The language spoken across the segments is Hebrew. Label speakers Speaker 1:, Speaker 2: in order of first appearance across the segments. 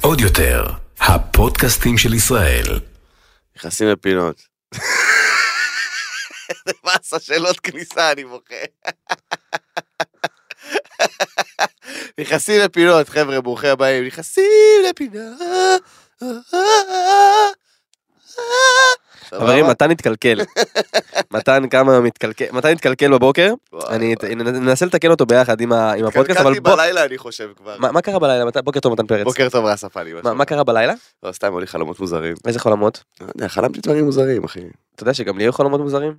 Speaker 1: עוד יותר, הפודקאסטים של ישראל.
Speaker 2: נכנסים לפינות. זה באסה שאלות כניסה, אני בוכה. נכנסים לפינות, חבר'ה, ברוכים הבאים. נכנסים לפינה.
Speaker 3: חברים,
Speaker 2: סבבה?
Speaker 3: מתן התקלקל. מתן כמה מתקלקל, מתן התקלקל בבוקר,
Speaker 2: וואי,
Speaker 3: אני
Speaker 2: וואי.
Speaker 3: ננסה לתקן אותו ביחד עם ה- עם הפודקאסט, אבל
Speaker 2: התקלקלתי
Speaker 3: בוא...
Speaker 2: בלילה, אני חושב כבר.
Speaker 3: מה מה קרה בלילה? מתן- בוקר טוב מתן פרץ.
Speaker 2: בוקר טוב, רס הפנים.
Speaker 3: מה- מה קרה בלילה?
Speaker 2: לא, סתם, היו לי חלומות מוזרים.
Speaker 3: איזה חלומות?
Speaker 2: לא יודע, חלמתי דברים מוזרים, אחי.
Speaker 3: אתה יודע שגם לי היו חלומות מוזרים?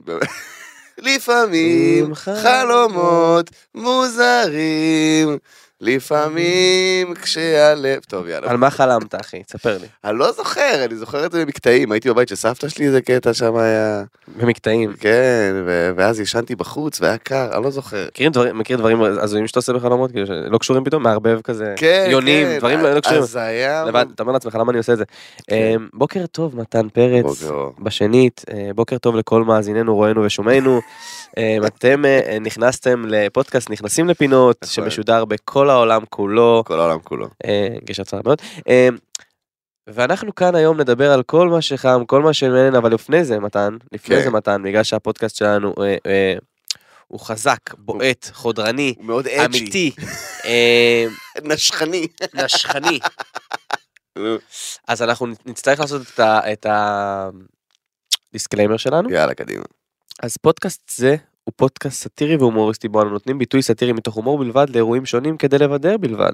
Speaker 2: לפעמים חלומות מוזרים, לפעמים כשהלב... טוב, יאללה.
Speaker 3: על מה חלמת אחי? תספר לי.
Speaker 2: אני לא זוכר, אני זוכר את זה במקטעים. הייתי בבית של סבתא שלי, איזה קטע שם היה...
Speaker 3: במקטעים.
Speaker 2: כן, ו- ואז ישנתי בחוץ והיה קר, אני לא זוכר.
Speaker 3: מכירים דברים- מכיר דברים הזויים שאתה עושה בחלומות? כאילו שלא קשורים פתאום? מערבב כזה.
Speaker 2: כן,
Speaker 3: יונים,
Speaker 2: כן,
Speaker 3: דברים לא לא קשורים.
Speaker 2: אז זה היה...
Speaker 3: לבד, אתה אומר לעצמך למה אני עושה את זה. אמ, בוקר טוב מתן פרץ.
Speaker 2: כן. בוקר.
Speaker 3: בשנית, אה, בוקר טוב לכל מאזיננו, רואינו ושומעינו. אמ, אתם אה, נכנסתם לפודקאסט נכנסים לפינות,
Speaker 2: נכון.
Speaker 3: שמשודר בכל העולם כולו,
Speaker 2: כל העולם כולו.
Speaker 3: אה, גשר צר מאוד. אמ, ואנחנו כאן היום נדבר על כל מה שחם, כל מה שמעניין, אבל לפני זה מתן, לפני
Speaker 2: כן.
Speaker 3: זה מתן, בגלל שהפודקאסט שלנו אה, אה, הוא חזק, בועט, חודרני,
Speaker 2: הוא מאוד אג'י.
Speaker 3: אמיתי, אה,
Speaker 2: נשכני.
Speaker 3: נשכני.
Speaker 2: נו.
Speaker 3: אז אנחנו נצטרך לעשות את ה- את הדיסקליימר שלנו.
Speaker 2: יאללה, קדימה.
Speaker 3: אז פודקאסט זה הוא פודקאסט סאטירי והומוריסטי בו אנו נותנים ביטוי סאטירי מתוך הומור בלבד לאירועים שונים כדי לבדר בלבד.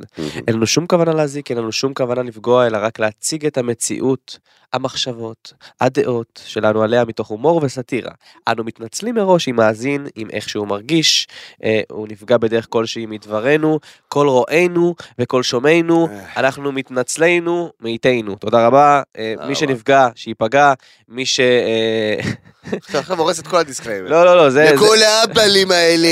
Speaker 3: אין לנו שום כוונה להזיק, אין לנו שום כוונה לפגוע, אלא רק להציג את המציאות, המחשבות, הדעות שלנו עליה מתוך הומור וסאטירה. אנו מתנצלים מראש עם מאזין, עם איך שהוא מרגיש, אה, הוא נפגע בדרך כלשהי מדברנו, כל רואינו וכל שומעינו,
Speaker 2: אה,
Speaker 3: אנחנו מתנצלינו מאיתנו. תודה רבה, אה,
Speaker 2: תודה
Speaker 3: מי
Speaker 2: רבה.
Speaker 3: שנפגע, שייפגע, מי ש... אה,
Speaker 2: אתה עכשיו הורס את כל הדיסקליימר.
Speaker 3: לא, לא, לא, זה... זה-
Speaker 2: לכל האבלים האלה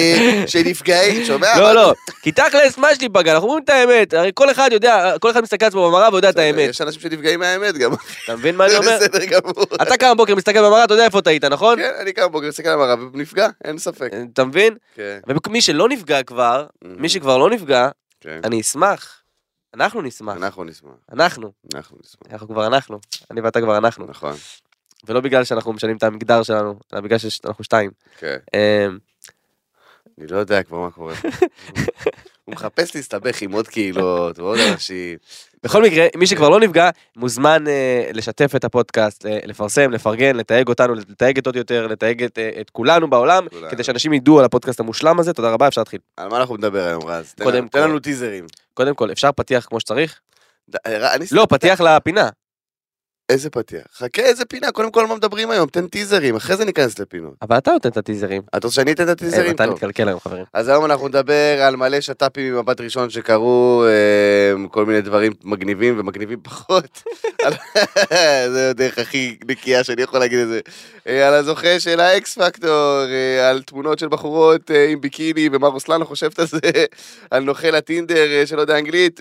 Speaker 2: שנפגעים, שומע?
Speaker 3: לא, לא, כי תכלס, מה יש להיפגע? אנחנו אומרים את האמת, הרי כל אחד יודע, כל אחד מסתכל על עצמו במראה ויודע את האמת.
Speaker 2: יש אנשים שנפגעים מהאמת גם,
Speaker 3: אתה מבין מה אני
Speaker 2: זה
Speaker 3: אומר?
Speaker 2: בסדר גמור.
Speaker 3: אתה קם בבוקר, מסתכל במראה, אתה יודע איפה טעית, נכון?
Speaker 2: כן, אני קם בבוקר, מסתכל על המראה ונפגע, אין ספק.
Speaker 3: אתה מבין?
Speaker 2: כן. Mm.
Speaker 3: ומי שלא נפגע כבר, מי שכבר לא נפגע,
Speaker 2: כן.
Speaker 3: אני אשמח. אנחנו נשמח.
Speaker 2: אנחנו נשמח,
Speaker 3: אנחנו.
Speaker 2: אנחנו נשמח.
Speaker 3: אנחנו כבר אנחנו. אני ואתה כבר אנחנו.
Speaker 2: נכון,
Speaker 3: ולא בגלל שאנחנו משנים את המגדר שלנו, אלא בגלל שאנחנו שתיים.
Speaker 2: כן.
Speaker 3: אמ,
Speaker 2: אני לא יודע כבר מה קורה. הוא מחפש להסתבך עם עוד קהילות ועוד אנשים.
Speaker 3: בכל מקרה, מי שכבר לא נפגע, מוזמן אה, לשתף את הפודקאסט, אה, לפרסם, לפרגן, לתייג אותנו, לתייג את עוד יותר, לתייג את, אה, את כולנו בעולם,
Speaker 2: כולנו.
Speaker 3: כדי שאנשים ידעו על הפודקאסט המושלם הזה. תודה רבה, אפשר להתחיל.
Speaker 2: על מה אנחנו נדבר היום, רז? תן
Speaker 3: קודם
Speaker 2: לנו- תן
Speaker 3: כל.
Speaker 2: לנו טיזרים.
Speaker 3: קודם כל, אפשר פתיח כמו שצריך?
Speaker 2: ד- ר- אני-
Speaker 3: לא, פתיח לפינה.
Speaker 2: איזה פתיח? חכה, איזה פינה? קודם כל, מה מדברים היום? תן טיזרים, אחרי זה ניכנס לפינות.
Speaker 3: אבל אתה נותן את הטיזרים.
Speaker 2: אתה רוצה שאני אתן את
Speaker 3: אה,
Speaker 2: הטיזרים?
Speaker 3: מתן
Speaker 2: טוב.
Speaker 3: התקלקל היום, חברים.
Speaker 2: אז היום אנחנו נדבר על מלא שת"פים ממבט ראשון שקרו, אה, כל מיני דברים מגניבים ומגניבים פחות. על- זה הדרך הכי נקייה שאני יכול להגיד את זה. אה, על הזוכה של האקס פקטור, אה, על תמונות של בחורות אה, עם ביקיני ומה רוסלנה חושבת על זה, על נוכל הטינדר אה, שלא יודע אנגלית,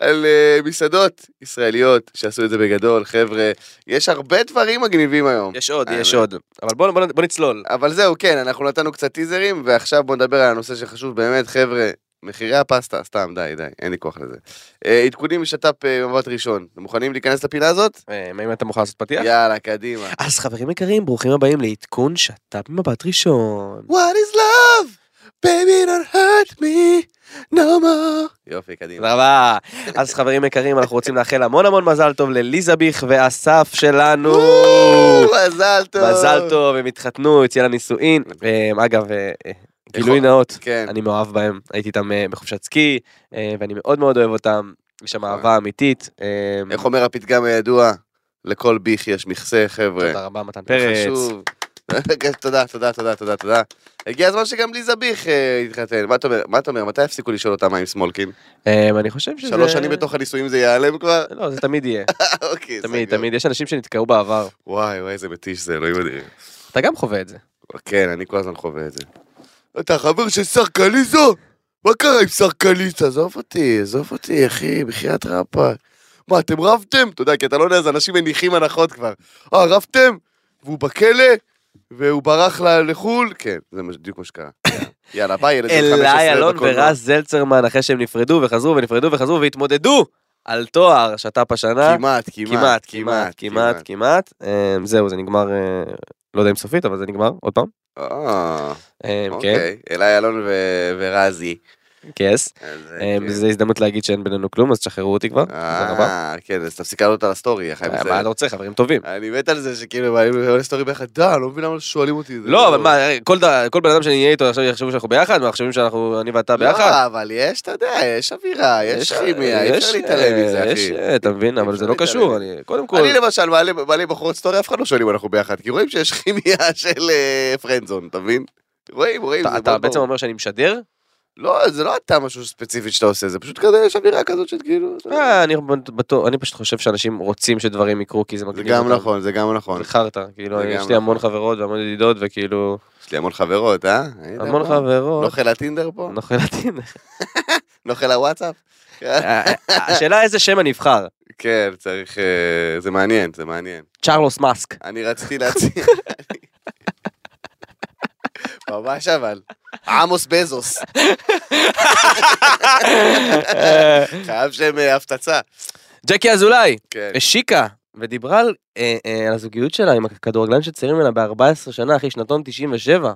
Speaker 2: ועל מסעדות ישראליות שעשו את זה בגדול, חבר'ה. יש הרבה דברים מגניבים היום.
Speaker 3: יש עוד,
Speaker 2: האמת.
Speaker 3: יש עוד. אבל בוא- בוא בוא נצלול.
Speaker 2: אבל זהו, כן, אנחנו נתנו קצת טיזרים, ועכשיו בואו נדבר על הנושא שחשוב באמת, חבר'ה, מחירי הפסטה, סתם, די, די, אין לי כוח לזה. אה, עדכונים משת"פ אה, מבט ראשון. אתם מוכנים להיכנס לפינה הזאת?
Speaker 3: אה, מה אם אתה מוכן לעשות פתיח?
Speaker 2: יאללה, קדימה.
Speaker 3: אז חברים יקרים, ברוכים הבאים לעדכון שת"פ במבט ראשון.
Speaker 2: What is love? Baby don't hurt me no more. יופי, קדימה.
Speaker 3: תודה רבה. אז חברים יקרים, אנחנו רוצים לאחל המון המון מזל טוב לליזה ביך ואסף שלנו.
Speaker 2: וואו, מזל טוב.
Speaker 3: מזל טוב, הם התחתנו, יצא לנישואין. אה, אגב, אה, אה, גילוי נאות,
Speaker 2: כן,
Speaker 3: אני מאוהב בהם, הייתי איתם אה, בחופשת סקי, אה, ואני מאוד מאוד אוהב אותם, יש שם אהבה אמיתית. אה,
Speaker 2: נכון. איך אומר הפתגם הידוע? לכל ביך יש מכסה, חבר'ה.
Speaker 3: תודה רבה, מתן פרץ.
Speaker 2: חשוב. תודה, תודה, תודה, תודה, תודה. הגיע הזמן שגם ליזה ביך אה, יתחתן. מה אתה אומר? מה אתה אומר? מתי יפסיקו לשאול אותה מה עם סמולקין?
Speaker 3: אה, אני חושב שזה...
Speaker 2: שלוש שנים בתוך הנישואים זה ייעלם כבר?
Speaker 3: לא, זה תמיד יהיה,
Speaker 2: אוקיי,
Speaker 3: תמיד,
Speaker 2: סגור.
Speaker 3: תמיד. יש אנשים שנתקעו בעבר.
Speaker 2: וואי, וואי, איזה מתיש זה, אלוהים אדירים.
Speaker 3: אתה גם חווה את זה.
Speaker 2: כן, אני כל הזמן חווה את זה. אתה חבר של שר קליזו? מה קרה עם שר קליזו? עזוב אותי, עזוב אותי, אחי, בחייאת רפה. מה, אתם רבתם? אתה יודע, כי אתה לא יודע, אז אנשים מניחים הנחות כבר. אה, רבתם? והוא בכלא? והוא ברח ל- לחו"ל? כן, זה מה- בדיוק מה שקרה. יאללה, ביי, ילד בן 15
Speaker 3: אליי אלון
Speaker 2: בקולנוע.
Speaker 3: ורז זלצרמן אחרי שהם נפרדו וחזרו ונפרדו וחזרו והתמודדו על תואר שת"פ השנה.
Speaker 2: כמעט,
Speaker 3: כמעט, כמעט, כמעט, כמעט. אמ, זהו, זה נגמר, אה, לא יודע אם סופית, אבל זה נגמר, עוד פעם.
Speaker 2: אה,
Speaker 3: אמ, כן,
Speaker 2: אוקיי, אליי אלון ו- ורזי.
Speaker 3: כס.
Speaker 2: אז,
Speaker 3: אמ,
Speaker 2: כן.
Speaker 3: זו הזדמנות להגיד שאין בינינו כלום, אז תשחררו אותי כבר. תודה רבה.
Speaker 2: אה, כן, אז תפסיק לעלות על הסטורי, החיים
Speaker 3: אה,
Speaker 2: בסדר.
Speaker 3: מה אתה רוצה, חברים טובים.
Speaker 2: אני מת על זה שכאילו, אני עולה סטורי ביחד, די, אני לא מבין למה שואלים אותי. את זה."
Speaker 3: לא, אבל מה, כל ד- כל בן אדם שאני אהיה איתו עכשיו יחשבו שאנחנו ביחד, מה, חושבים שאנחנו, אני ואתה ביחד?
Speaker 2: לא, אבל יש, אתה יודע, יש אווירה, יש כימיה, אי אפשר
Speaker 3: יש,
Speaker 2: להתעלם
Speaker 3: אה,
Speaker 2: מזה,
Speaker 3: יש,
Speaker 2: אחי.
Speaker 3: אה, אתה מבין,
Speaker 2: אי
Speaker 3: אבל
Speaker 2: אפשר
Speaker 3: זה לא
Speaker 2: להתעלם.
Speaker 3: קשור, אני, קודם כל,
Speaker 2: אני למשל מעלה- מעלה בחורות סטורי, אף אחד לא שואל אם אנחנו ביחד, כי רואים שיש כימיה של אה, פרנדזון, אתה מבין? רואים, רואים,
Speaker 3: אתה-
Speaker 2: זה
Speaker 3: אתה
Speaker 2: מאוד
Speaker 3: בעצם
Speaker 2: ברור.
Speaker 3: אומר שאני משדר?
Speaker 2: לא, זה לא אתה משהו ספציפי שאתה עושה, זה פשוט כזה, יש אווירה כזאת של כאילו... אתה יודע.
Speaker 3: אה, אני בטוח- אני פשוט חושב שאנשים רוצים שדברים יקרו כי זה
Speaker 2: זה
Speaker 3: מגניב
Speaker 2: גם
Speaker 3: אותם.
Speaker 2: נכון, זה גם נכון.
Speaker 3: זה חרטא, כאילו,
Speaker 2: זה
Speaker 3: יש
Speaker 2: גם נכון.
Speaker 3: לי המון חברות והמון ידידות, וכאילו,
Speaker 2: יש לי המון חברות, אה? הנה,
Speaker 3: המון
Speaker 2: בוא.
Speaker 3: חברות. נכון, לא
Speaker 2: נוכל הטינדר פה?
Speaker 3: נוכל עתיד.
Speaker 2: נוכל הוואטסאפ? אה,
Speaker 3: השאלה איזה שם אני אבחר.
Speaker 2: כן, צריך... אה, זה מעניין, זה מעניין.
Speaker 3: צ'רלוס מאסק.
Speaker 2: אני רציתי להציע... ממש אבל. עמוס בזוס. חייב שם אה, הפצצה.
Speaker 3: ג'קי אזולאי,
Speaker 2: כן.
Speaker 3: השיקה ודיברה על אה, אה, על הזוגיות שלה עם הכדורגלן שצעירים ממנה ב-14 שנה, אחי, שנתון 97.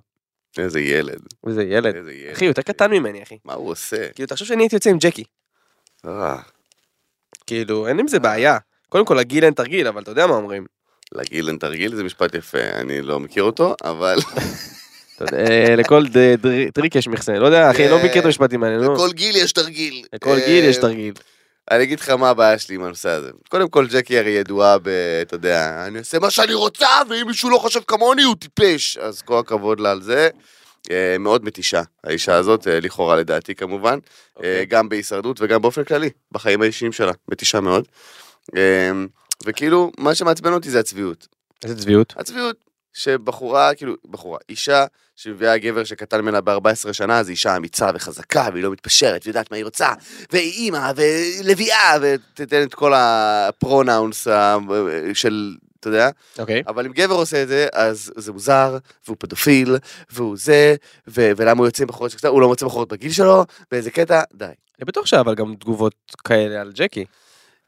Speaker 2: איזה ילד.
Speaker 3: וזה ילד.
Speaker 2: איזה ילד.
Speaker 3: אחי, הוא יותר קטן ממני, אחי.
Speaker 2: מה הוא עושה?
Speaker 3: כאילו, תחשוב שאני הייתי יוצא עם ג'קי.
Speaker 2: אה,
Speaker 3: כאילו, אין עם זה בעיה. קודם כל, הגיל אין תרגיל, אבל אתה יודע מה אומרים.
Speaker 2: לגיל אין תרגיל זה משפט יפה, אני לא מכיר אותו, אבל...
Speaker 3: אתה יודע, אה, לכל ד- דר- טריק יש מכסה. לא יודע, אחי, לא מכיר את המשפטים האלה, נו.
Speaker 2: אה, לכל גיל יש תרגיל.
Speaker 3: לכל גיל יש
Speaker 2: אה,
Speaker 3: תרגיל.
Speaker 2: אני אגיד לך מה הבעיה שלי עם הנושא הזה. קודם כל, ג'קי הרי ידועה ב... אתה יודע, אני עושה מה שאני רוצה, ואם מישהו לא חושב כמוני, הוא טיפש. אז כל הכבוד לה על זה. אה, מאוד מתישה, האישה הזאת, אה, לכאורה לדעתי כמובן, אה, גם בהישרדות וגם באופן כללי, בחיים האישיים שלה, מתישה מאוד. אה, וכאילו, מה שמעצבן אותי זה הצביעות.
Speaker 3: איזה צביעות.
Speaker 2: הצביעות, שבחורה, כאילו, בחורה, אישה שמביאה גבר שקטן ממנה ב-14 שנה, זו אישה אמיצה וחזקה, והיא לא מתפשרת, ויודעת מה היא רוצה, והיא אימא, ולביאה, ותיתן את כל הפרונאונס ה- של, אתה יודע,
Speaker 3: אוקיי.
Speaker 2: אבל אם גבר עושה את זה, אז זה מוזר, והוא פדופיל, והוא זה, ו- ולמה הוא יוצא עם בחורות שקטן, הוא לא מוצא בחורות בגיל שלו, באיזה קטע, די.
Speaker 3: אני בטוח שהיה אבל גם תגובות כאלה על ג'קי.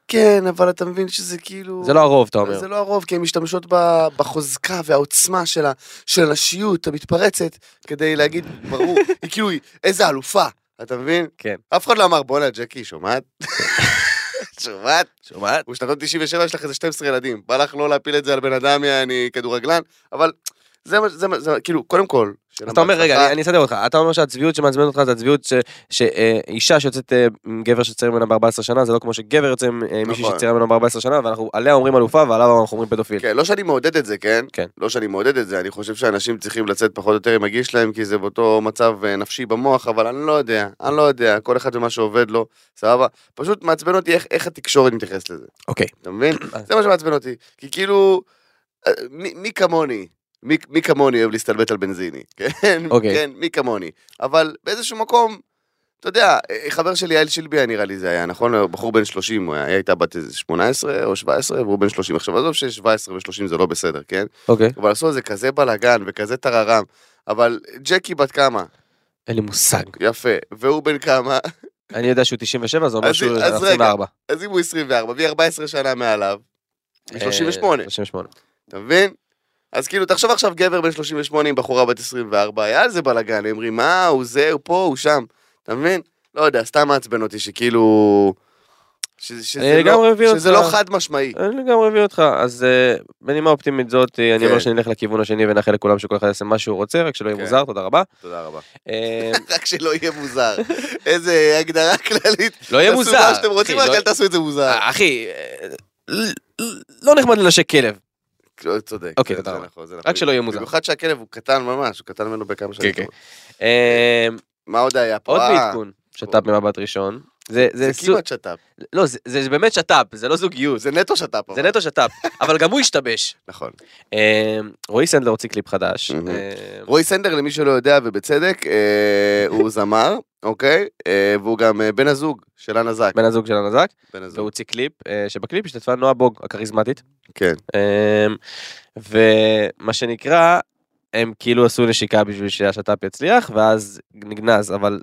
Speaker 2: כן, אבל אתה מבין שזה כאילו...
Speaker 3: זה לא הרוב, אתה אומר.
Speaker 2: זה לא הרוב, כי הן משתמשות ב- בחוזקה והעוצמה שלה, של הנשיות המתפרצת, כדי להגיד, ברור, היא כאילו, היא- איזה אלופה, אתה מבין?
Speaker 3: כן.
Speaker 2: אף אחד לא אמר, בואנה, ג'קי, שומעת? שומעת?
Speaker 3: שומעת?
Speaker 2: הוא שנתון 97, יש לך איזה 12 ילדים. בא לך לא להפיל את זה על בן אדם, אני כדורגלן, אבל זה מה, זה מה, זה מה- כאילו, קודם כל, שיהיה
Speaker 3: אז
Speaker 2: להם
Speaker 3: אתה אומר, רגע,
Speaker 2: בהצלחה.
Speaker 3: אני- אני אסדר אותך, אתה אומר שהצביעות שמעצבנת אותך זה הצביעות שאישה שיוצאת אה, עם גבר שצעיר ממנה ב-14 שנה, זה לא כמו שגבר יוצא עם אה, מישהי
Speaker 2: נכון.
Speaker 3: שצעירה ממנו ב-14 שנה, ואנחנו עליה אומרים אלופה ועליו אנחנו אומרים פדופיל.
Speaker 2: כן, לא שאני מעודד את זה, כן?
Speaker 3: כן.
Speaker 2: לא שאני מעודד את זה, אני חושב שאנשים צריכים לצאת פחות או יותר עם הגיל שלהם, כי זה באותו מצב אה, נפשי במוח, אבל אני לא יודע, אני לא יודע, כל אחד ומה שעובד לו, סבבה? פשוט מעצבן אותי איך, איך התקשורת מתייחסת לזה,
Speaker 3: אוקיי.
Speaker 2: אתה מבין? זה מה שמעצבן אותי, כי כאילו, אה, מי, מי כמוני? מי, מי כמוני אוהב להסתלבט על בנזיני, כן?
Speaker 3: אוקיי.
Speaker 2: כן, מי כמוני. אבל באיזשהו מקום, אתה יודע, אה, חבר שלי, יעל שלביה נראה לי זה היה, נכון? בחור בן 30, הוא היה- היא הייתה בת איזה 18 או 17, והוא בן 30. עכשיו, עזוב ש-17 ו-30 זה לא בסדר, כן?
Speaker 3: אוקיי.
Speaker 2: אבל עשו איזה כזה בלאגן וכזה טררם. אבל ג'קי בת כמה?
Speaker 3: אין לי מושג.
Speaker 2: יפה. והוא בן כמה?
Speaker 3: אני יודע שהוא 97, זה אומר
Speaker 2: אז-
Speaker 3: שהוא
Speaker 2: אז רגע.
Speaker 3: 24.
Speaker 2: אז אם הוא 24, והיא 14 שנה מעליו, היא 38.
Speaker 3: אה, 38.
Speaker 2: אתה מבין? אז כאילו, תחשוב עכשיו גבר בן 38 עם בחורה בת 24, היה על זה בלאגן, הם אומרים, מה, הוא זה, הוא פה, הוא שם, אתה מבין? לא יודע, סתם מעצבן אותי שכאילו... ש- שזה
Speaker 3: אני לגמרי מבין
Speaker 2: לא- שזה
Speaker 3: אותך.
Speaker 2: לא חד משמעי.
Speaker 3: אני לגמרי מבין אותך, אז אה, בנימה אופטימית זאת, אה, אני
Speaker 2: כן.
Speaker 3: אומר שנלך לכיוון השני ונאחל לכולם שכל אחד יעשה מה שהוא רוצה, רק שלא יהיה
Speaker 2: כן.
Speaker 3: מוזר, תודה רבה.
Speaker 2: תודה רבה.
Speaker 3: אה,
Speaker 2: רק שלא יהיה מוזר. איזה הגדרה כללית.
Speaker 3: לא יהיה
Speaker 2: תעשו
Speaker 3: מוזר.
Speaker 2: מה שאתם רוצים,
Speaker 3: אחי,
Speaker 2: רק
Speaker 3: לא-
Speaker 2: אל תעשו את זה מוזר.
Speaker 3: אה, אחי, אה, ל- ל- לא נחמד לנשק כלב.
Speaker 2: לא, צודק.
Speaker 3: אוקיי,
Speaker 2: זה-
Speaker 3: תודה
Speaker 2: זה
Speaker 3: רבה.
Speaker 2: נכון, זה
Speaker 3: רק
Speaker 2: נכון.
Speaker 3: שלא יהיה מוזר.
Speaker 2: במיוחד שהכלב הוא קטן ממש, הוא קטן ממנו בכמה שנים.
Speaker 3: כן. אה,
Speaker 2: מה עוד היה פה?
Speaker 3: עוד
Speaker 2: אה,
Speaker 3: בעדכון, שת"פ ממבט ראשון. זה
Speaker 2: זה
Speaker 3: זה סוג,
Speaker 2: כמעט שת"פ.
Speaker 3: לא, זה- זה באמת שת"פ, זה לא זוגיות,
Speaker 2: זה נטו שת"פ.
Speaker 3: זה
Speaker 2: אבל.
Speaker 3: נטו שת"פ, אבל גם הוא השתבש.
Speaker 2: נכון.
Speaker 3: אה, רועי סנדלר הוציא קליפ חדש.
Speaker 2: מהמם.
Speaker 3: אה,
Speaker 2: רועי סנדר, למי שלא יודע, ובצדק, אה, הוא זמר, אוקיי? אה, והוא גם אה, בן הזוג של אנה זק.
Speaker 3: בן הזוג של הנזק,
Speaker 2: בן
Speaker 3: והוא
Speaker 2: הזוג.
Speaker 3: הוציא קליפ, אה, שבקליפ השתתפה נועה בוג הכריזמטית.
Speaker 2: כן.
Speaker 3: אמ, ומה שנקרא, הם כאילו עשו נשיקה בשביל שהשת"פ יצליח, ואז נגנז, אבל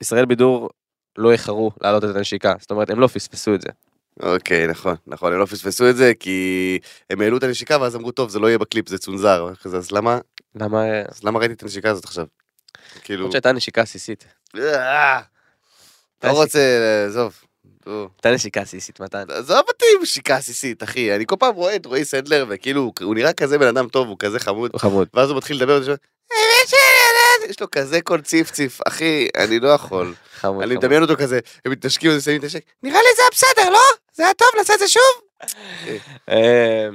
Speaker 3: ישראל בידור לא איחרו להעלות את הנשיקה, זאת אומרת, הם לא פספסו את זה.
Speaker 2: אוקיי, נכון, נכון, הם לא פספסו את זה, כי הם העלו את הנשיקה ואז אמרו, טוב, זה לא יהיה בקליפ, זה צונזר. ואחרי זה, אז למה,
Speaker 3: למה...
Speaker 2: אז למה ראיתי את הנשיקה הזאת עכשיו? כאילו,
Speaker 3: למרות שהייתה נשיקה עסיסית.
Speaker 2: אה, לא
Speaker 3: הייתה
Speaker 2: רוצה, עזוב. נו.
Speaker 3: הייתה נשיקה עסיסית, מתן.
Speaker 2: עזוב אותי עם שיקה עסיסית, אחי. אני כל פעם רואה את רועי סנדלר, וכאילו, הוא- הוא נראה כזה בן אדם טוב, הוא כזה חמוד,
Speaker 3: הוא חמוד.
Speaker 2: ואז הוא מתחיל לדבר, ואני שומע, "אה, שאלה, אה", יש לו כזה קול ציפציף, אחי, אני לא יכול.
Speaker 3: חמוד.
Speaker 2: אני
Speaker 3: חמוד.
Speaker 2: מדמיין אותו כזה, הם מתנשקים, אז שמים את הנשק, נראה לי זה היה בסדר, לא? זה היה טוב, נעשה את זה שוב?
Speaker 3: אה,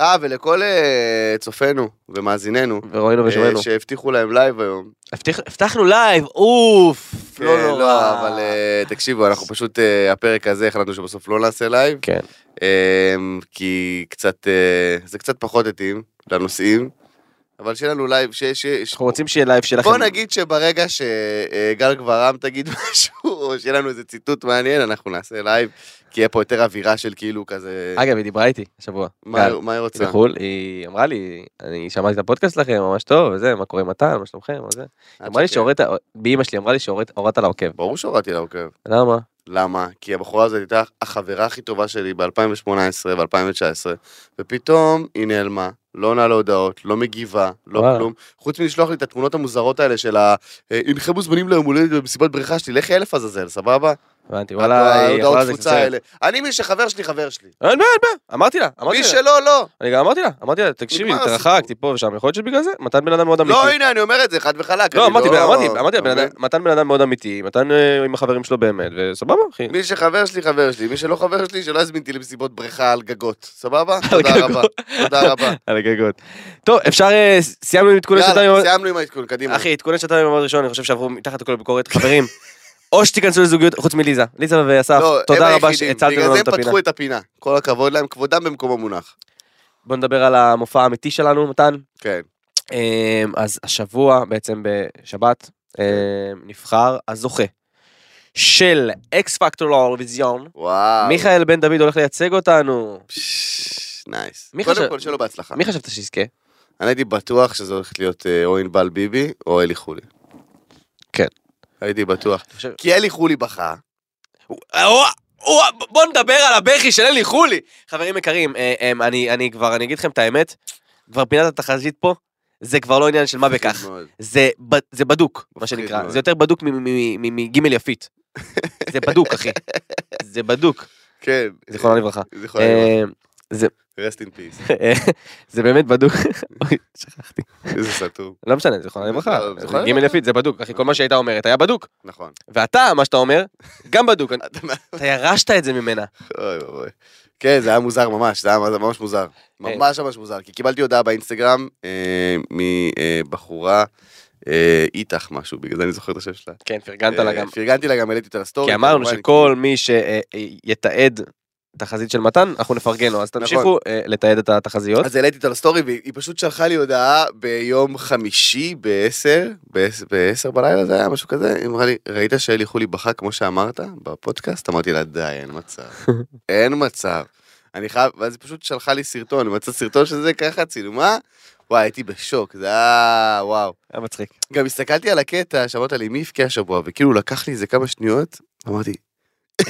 Speaker 2: אה, ולכל אה, צופינו ומאזיננו,
Speaker 3: ורואינו ושומענו.
Speaker 2: אה, שהבטיחו להם לייב היום.
Speaker 3: הבטיח- הבטחנו לייב, אוף! לא
Speaker 2: אה,
Speaker 3: נורא.
Speaker 2: לא, אבל אה, תקשיבו, אנחנו פשוט, אה, הפרק הזה החלטנו שבסוף לא נעשה לייב.
Speaker 3: כן.
Speaker 2: אה, כי קצת, אה, זה קצת פחות התאים לנושאים, אבל שיהיה לנו לייב, ש... ש... ש...
Speaker 3: אנחנו רוצים שיהיה לייב שלכם.
Speaker 2: בוא נגיד שברגע שגל גברם תגיד משהו, או שיהיה לנו איזה ציטוט מעניין, אנחנו נעשה לייב, כי יהיה פה יותר אווירה של כאילו כזה,
Speaker 3: אגב, היא דיברה איתי השבוע.
Speaker 2: מה
Speaker 3: גל,
Speaker 2: מה היא
Speaker 3: היא
Speaker 2: רוצה?
Speaker 3: בחו"ל, היא אמרה לי, אני שמעתי את הפודקאסט שלכם, ממש טוב, וזה, מה קורה עם מתן, מה שלומכם, וזה.
Speaker 2: עד
Speaker 3: אמרה לי
Speaker 2: שכן.
Speaker 3: שהורדת, באמא שלי אמרה לי שהורדת לה עוקב.
Speaker 2: ברור שהורדתי לה עוקב.
Speaker 3: למה?
Speaker 2: למה? כי הבחורה הזאת הייתה החברה הכי טובה שלי ב-2018 ו-2019, ופתאום היא נעלמה, לא עונה להודעות, לא מגיבה, לא
Speaker 3: וואלה.
Speaker 2: כלום. חוץ מלשלוח לי את התמונות המוזרות האלה של ה... אה, אינכם מוזמנים ליום הולדת במסיבת בריכה שלי, לכי אלף עזאזל, סבבה?
Speaker 3: הבנתי, וואלה, היא יכלה
Speaker 2: ההודעות
Speaker 3: לזה קצת.
Speaker 2: תפוצה האלה. אני, מי שחבר שלי, חבר שלי.
Speaker 3: אין בעיה, אין בעיה, אמרתי לה, אמרתי
Speaker 2: מי
Speaker 3: לה.
Speaker 2: שלא, לא.
Speaker 3: אני גם אמרתי לה, אמרתי לה, תקשיבי,
Speaker 2: נגמר הסיפור.
Speaker 3: התרחקתי פה ושם, יכול להיות שבגלל זה, מתן בן אדם מאוד אמיתי.
Speaker 2: לא, הנה, אני אומר את זה, חד וחלק.
Speaker 3: לא,
Speaker 2: אני
Speaker 3: אמרתי, אמרתי, אמרתי,
Speaker 2: אתה
Speaker 3: בן
Speaker 2: מבין?
Speaker 3: אדם- מתן בן אדם מאוד אמיתי, מתן אה, עם החברים שלו באמת, וסבבה, אחי.
Speaker 2: מי שחבר שלי, חבר שלי. מי שלא חבר שלי, שלא יזמין אותי למסיבות בריכה על גגות. סבבה?
Speaker 3: על
Speaker 2: תודה רבה.
Speaker 3: הגגות.
Speaker 2: תודה רבה.
Speaker 3: על הגגות. טוב, אפשר, אה, ס- סיימנו עם עדכוני שנתיים.
Speaker 2: יאללה, סיימנו עם העדכון, קדימה.
Speaker 3: אחי, עדכוני שנתיים במעמד ראשון, אני חושב שעברו מתחת לכל ביקורת. חברים, או שתיכנסו לזוגיות, חוץ מליזה. ליזה ואסף,
Speaker 2: לא, הם
Speaker 3: תודה רבה
Speaker 2: היחידים.
Speaker 3: שהצלתם
Speaker 2: בגלל
Speaker 3: לנו
Speaker 2: זה
Speaker 3: את
Speaker 2: הם
Speaker 3: הפינה.
Speaker 2: פתחו את הפינה. כל הכבוד להם, כבודם במקום המונח.
Speaker 3: בוא נדבר על המופע האמיתי שלנו, מתן.
Speaker 2: כן.
Speaker 3: אה, אז השבוע, בעצם בשבת, אה, נבחר הזוכה של אקס פקטור לאורוויזיון.
Speaker 2: וואו.
Speaker 3: מיכאל בן דוד הולך לייצג אותנו.
Speaker 2: פש, נייס.
Speaker 3: מי חשב-
Speaker 2: קודם כל, שלא בהצלחה.
Speaker 3: מי חשבת שיזכה?
Speaker 2: אני הייתי בטוח שזו הולכת להיות אה, או ענבל ביבי או אלי חולי.
Speaker 3: כן.
Speaker 2: הייתי בטוח.
Speaker 3: אתה חושב-
Speaker 2: כי אלי חולי בכה.
Speaker 3: או, או, בוא נדבר על הבכי של אלי חולי. חברים יקרים, אה, אה, אני, אני כבר, אני אגיד לכם את האמת, כבר פינת התחזית פה, זה כבר לא עניין של מה בכך.
Speaker 2: מפחיד מאוד.
Speaker 3: זה, ב- זה בדוק, מה
Speaker 2: מפחיד
Speaker 3: שנקרא.
Speaker 2: מאוד.
Speaker 3: זה יותר בדוק מ- מ- מ- מגימל יפית. זה בדוק, אחי. זה בדוק,
Speaker 2: כן.
Speaker 3: זיכרונה לברכה.
Speaker 2: זיכרונה לברכה.
Speaker 3: אה, זה-
Speaker 2: rest in peace.
Speaker 3: זה באמת בדוק. אוי, שכחתי.
Speaker 2: איזה סתום.
Speaker 3: לא משנה, זיכרונה לברכה.
Speaker 2: לא, זיכרונה
Speaker 3: גימל
Speaker 2: לברכה.
Speaker 3: יפית, זה בדוק, אחי. כל מה שהייתה אומרת היה בדוק.
Speaker 2: נכון.
Speaker 3: ואתה, מה שאתה אומר, גם בדוק. אני-
Speaker 2: אתה מה-
Speaker 3: אתה ירשת את זה ממנה.
Speaker 2: אוי ואבוי. כן, זה היה מוזר ממש, זה היה ממש
Speaker 3: אה.
Speaker 2: מוזר. ממש ממש מוזר, כי קיבלתי הודעה באינסטגרם אה, מבחורה, אה, איתך משהו, בגלל זה אני זוכר את השם שלה.
Speaker 3: כן, פרגנת לה
Speaker 2: אה,
Speaker 3: גם.
Speaker 2: פרגנתי לה גם, העליתי אותה לסטורי.
Speaker 3: כי אמרנו
Speaker 2: כמובן,
Speaker 3: שכל מי שיתעד תחזית של מתן, אנחנו נפרגן לו, אז תמשיכו אה, לתעד את התחזיות.
Speaker 2: נכון. אז העליתי אותה לסטורי, והיא היא פשוט שלחה לי הודעה ביום חמישי ב-10, ב-10 בלילה זה היה משהו כזה, היא אמרה לי, ראית שאלי חולי בכה כמו שאמרת בפודקאסט? אמרתי לה, די, אין מצב. אין מצב. אני חייב, ואז היא פשוט שלחה לי סרטון, מצא סרטון של זה ככה, צילומה, וואי, הייתי בשוק, זה היה, וואו.
Speaker 3: היה מצחיק.
Speaker 2: גם הסתכלתי על הקטע, שאמרת לי, מי יבכה השבוע? וכאילו לקח לי איזה כמה שניות, אמרתי,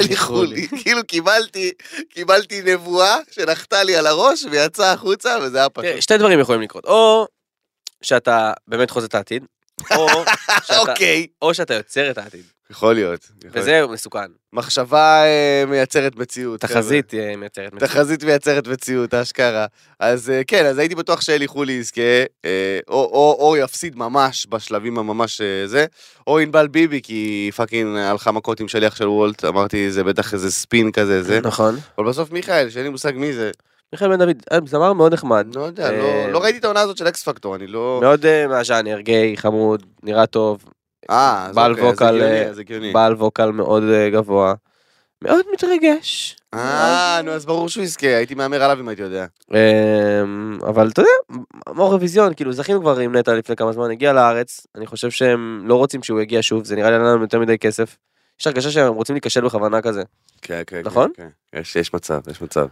Speaker 2: אלי חולי. כאילו קיבלתי, קיבלתי נבואה שנחתה לי על הראש ויצאה החוצה, וזה היה פשוט.
Speaker 3: תראה, אה, שתי דברים יכולים לקרות, או שאתה באמת חוזה את העתיד, או שאתה-
Speaker 2: אוקיי.
Speaker 3: או שאתה יוצר את העתיד,
Speaker 2: יכול להיות. יכול להיות.
Speaker 3: וזה מסוכן.
Speaker 2: מחשבה אה, מייצרת מציאות.
Speaker 3: תחזית אה, מייצרת
Speaker 2: חבר'ה.
Speaker 3: מציאות.
Speaker 2: תחזית מייצרת מציאות, אשכרה. אז אה, כן, אז הייתי בטוח שאלי חולי יזכה, אה, או- או או יפסיד ממש בשלבים הממש אה, זה, או ענבל ביבי, כי היא פאקינג הלכה מכות עם שליח של וולט, אמרתי, זה בטח איזה ספין כזה, זה.
Speaker 3: נכון.
Speaker 2: אבל בסוף מיכאל, שאין לי מושג מי זה,
Speaker 3: מיכאל בן דוד, אה, זמר מאוד נחמד,
Speaker 2: לא יודע,
Speaker 3: אה,
Speaker 2: לא- לא ראיתי את העונה הזאת של אקס פקטור, אני לא...
Speaker 3: מאוד אה, מהז'אנר, גיי, חמוד, נראה טוב,
Speaker 2: אה, אז
Speaker 3: בעל
Speaker 2: אוקיי, אז
Speaker 3: ווקל,
Speaker 2: הגיוני,
Speaker 3: אה,
Speaker 2: אז הגיוני.
Speaker 3: בעל ווקל מאוד אה, גבוה, מאוד מתרגש.
Speaker 2: אה, נו, אז ברור שהוא יזכה, הייתי מהמר עליו אם הייתי יודע.
Speaker 3: אמ, אבל אתה יודע, אירוויזיון, כאילו זכינו כבר עם נטע לפני כמה זמן, הגיע לארץ, אני חושב שהם לא רוצים שהוא יגיע שוב, זה נראה לי עלה לנו יותר מדי כסף. יש הרגשה שהם רוצים להיכשל בכוונה כזה.
Speaker 2: כן, כן, כן,
Speaker 3: נכון?
Speaker 2: כן. יש יש מצב, יש מצב.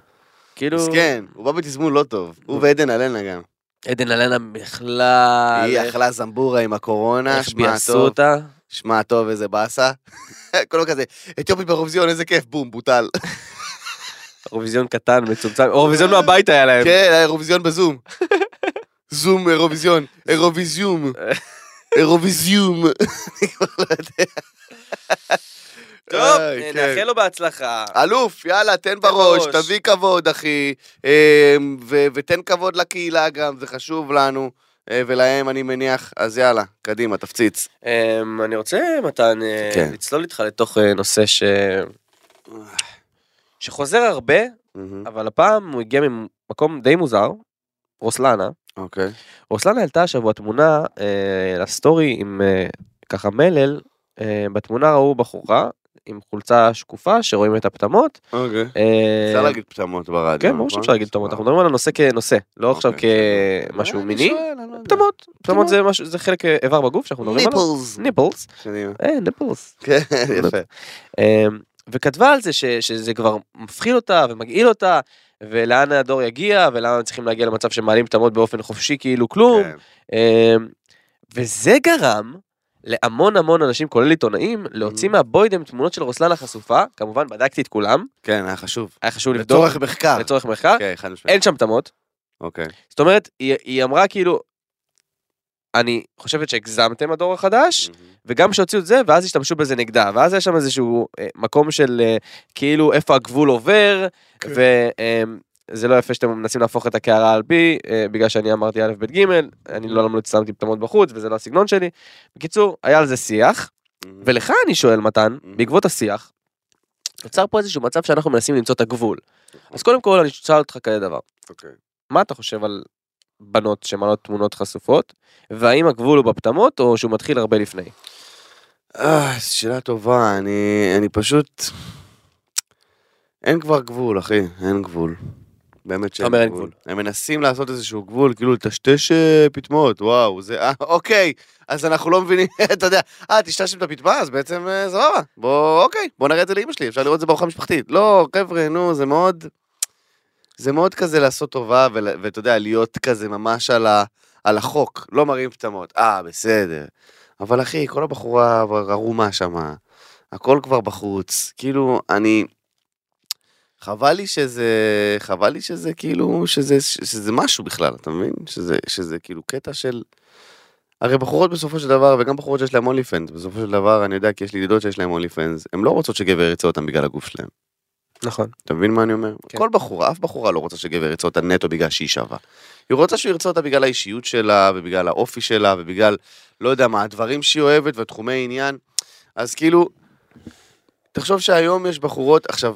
Speaker 3: כאילו...
Speaker 2: כן. מסכן, הוא בא בתזמון לא טוב. הוא ועדן אלנה גם.
Speaker 3: עדן אלנה בכלל...
Speaker 2: היא אכלה זמבורה עם הקורונה,
Speaker 3: אה, איך
Speaker 2: שמע
Speaker 3: ביעשו
Speaker 2: טוב,
Speaker 3: אותה.
Speaker 2: שמע טוב, איזה באסה. כולם כזה, אתיופית באירוויזיון, איזה כיף, בום, בוטל.
Speaker 3: אירוויזיון קטן, מצומצם, אירוויזיון מהבית היה להם.
Speaker 2: אה, כן, האירוויזיון בזום. זום אירוויזיון, אירוויזיום. אירוויזיום. אני כבר לא יודע.
Speaker 3: טוב, אה,
Speaker 2: איי, כן.
Speaker 3: נאחל לו בהצלחה.
Speaker 2: אלוף, יאללה, תן בראש,
Speaker 3: בראש.
Speaker 2: תביא כבוד, אחי, אה, ו- ותן כבוד לקהילה גם, זה חשוב לנו, אה, ולהם, אני מניח, אז יאללה, קדימה, תפציץ.
Speaker 3: אמ, אני רוצה, מתן, אה,
Speaker 2: כן. אה.
Speaker 3: לצלול איתך לתוך אה, נושא ש... שחוזר הרבה, אבל הפעם הוא הגיע ממקום די מוזר, רוסלנה.
Speaker 2: אוקיי.
Speaker 3: רוסלנה העלתה השבוע תמונה אה, לסטורי עם אה, ככה מלל, אה, בתמונה ראו בחורה עם חולצה שקופה שרואים את הפטמות.
Speaker 2: אוקיי.
Speaker 3: אה,
Speaker 2: אפשר להגיד פטמות ברדיו. נכון? אה,
Speaker 3: כן, ברור שאפשר להגיד פטמות, אנחנו מדברים על הנושא כנושא,
Speaker 2: אוקיי,
Speaker 3: לא עכשיו כמשהו מיני.
Speaker 2: לא
Speaker 3: פטמות, פטמות זה משהו- זה חלק אה, איבר בגוף שאנחנו מדברים עליו.
Speaker 2: ניפלס.
Speaker 3: ניפלס. אה, ניפלס.
Speaker 2: כן, יפה.
Speaker 3: אמ, וכתבה על זה ש, שזה כבר מפחיד אותה ומגעיל אותה, ולאן הדור יגיע, ולמה צריכים להגיע למצב שמעלים פטמות באופן חופשי כאילו כלום.
Speaker 2: כן.
Speaker 3: אמ, וזה גרם להמון המון אנשים, כולל עיתונאים, להוציא
Speaker 2: Mm-hmm.
Speaker 3: מהבוידם תמונות של רוסלנה חשופה, כמובן בדקתי את כולם,
Speaker 2: כן, היה חשוב.
Speaker 3: היה חשוב לבדוק,
Speaker 2: לצורך מחקר.
Speaker 3: לצורך מחקר,
Speaker 2: כן, חד משמעית.
Speaker 3: אין שם טמות,
Speaker 2: אוקיי.
Speaker 3: זאת אומרת, היא, היא אמרה כאילו, אני חושבת שהגזמתם הדור החדש, וגם שהוציאו את זה, ואז השתמשו בזה נגדה. ואז היה שם איזשהו אה, מקום של אה, כאילו איפה הגבול עובר,
Speaker 2: כן.
Speaker 3: וזה לא יפה שאתם מנסים להפוך את הקערה על פי, אה, בגלל שאני אמרתי א', ב', ג', אני לא למדתי שמתי פטמות בחוץ, וזה לא הסגנון שלי. בקיצור, היה על זה שיח,
Speaker 2: מהמם.
Speaker 3: ולך אני שואל, מתן,
Speaker 2: Mhm.
Speaker 3: בעקבות השיח, נוצר פה איזשהו מצב שאנחנו מנסים למצוא את הגבול. אז קודם כל, אני אשאל אותך כזה דבר.
Speaker 2: אוקיי.
Speaker 3: מה אתה חושב על בנות שמעלות תמונות חשופות, והאם הגבול הוא בפטמות, או שהוא מתחיל הרבה לפני?
Speaker 2: אה, זו שאלה טובה, אני, אני פשוט... אין כבר גבול, אחי, אין גבול. באמת שאין
Speaker 3: אתה אומר אין
Speaker 2: גבול. הם מנסים לעשות איזשהו גבול, כאילו לטשטש אה, פטמות, וואו, זה... אה, אוקיי, אז אנחנו לא מבינים, אתה יודע, אה, טשטשתם את הפטמה, אז בעצם אה, סבבה. בוא, אוקיי, בוא נראה את זה לאמא שלי, אפשר לראות את זה בארוחה משפחתית. לא, חבר'ה, נו, זה מאוד... זה מאוד כזה לעשות טובה, ול- ואתה יודע, להיות כזה ממש על, ה, על החוק, לא מראים פטמות. אה, בסדר. אבל אחי, כל הבחורה ערומה שמה, הכל כבר בחוץ. כאילו, אני... חבל לי שזה, חבל לי שזה כאילו, שזה, שזה משהו בכלל, אתה מבין? שזה, שזה כאילו קטע של... הרי בחורות בסופו של דבר, וגם בחורות שיש להן אונלי פנס, בסופו של דבר, אני יודע כי יש לי ידידות שיש להן אונלי פנס, הן לא רוצות שגבר ירצה אותן בגלל הגוף שלהן.
Speaker 3: נכון.
Speaker 2: אתה מבין מה אני אומר?
Speaker 3: כן.
Speaker 2: כן. כל בחורה, אף בחורה לא רוצה שגבר ירצה אותה נטו בגלל שהיא שווה. היא רוצה שהוא ירצה אותה בגלל האישיות שלה, ובגלל האופי שלה, ובגלל, לא יודע מה, הדברים שהיא אוהבת, ותחומי עניין. אז כאילו, תחשוב שהיום יש בחורות, עכשיו,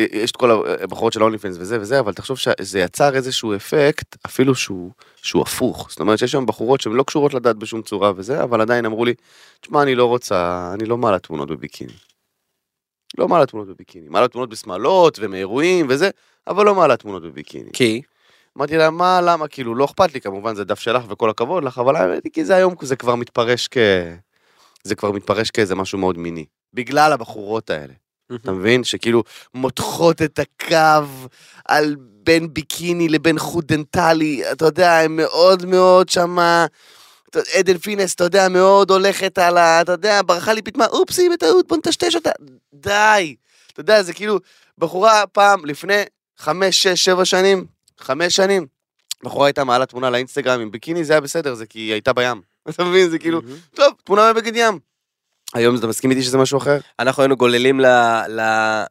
Speaker 2: אה, יש את כל הבחורות של אונליפנס וזה וזה, אבל תחשוב שזה יצר איזשהו אפקט, אפילו שהוא, שהוא הפוך. זאת אומרת שיש שם בחורות שהן לא קשורות לדת בשום צורה וזה, אבל עדיין אמרו לי, תשמע, אני לא רוצה, אני לא מעלה תמונות בביקיני. לא מעלה תמונות בביקיני, מעלה תמונות בשמלות ומאירועים וזה, אבל לא מעלה תמונות בביקיני.
Speaker 3: כי?
Speaker 2: אמרתי לה, מה, למה, כאילו, לא אכפת לי, כמובן, זה דף שלך וכל הכבוד לך, אבל האמת היא, כי זה היום, זה כבר מתפרש כ... זה כבר מתפרש כאיזה משהו מאוד מיני. בגלל הבחורות האלה. אתה מבין? שכאילו מותחות את הקו על בין ביקיני לבין חוט דנטלי, אתה יודע, הם מאוד מאוד שמה... אתה- עדן פינס, אתה יודע, מאוד הולכת על ה... אתה יודע, ברחה לי פתמה, אופסי, בטעות, בוא נטשטש אותה. די. אתה יודע, זה כאילו, בחורה פעם, לפני חמש, שש, שבע שנים, חמש שנים, בחורה הייתה מעלה תמונה לאינסטגרם עם ביקיני, זה היה בסדר, זה כי היא הייתה בים. אתה מבין? זה כאילו, טוב, תמונה מבגד ים. היום אתה מסכים איתי שזה משהו אחר?
Speaker 3: אנחנו היינו גוללים ל-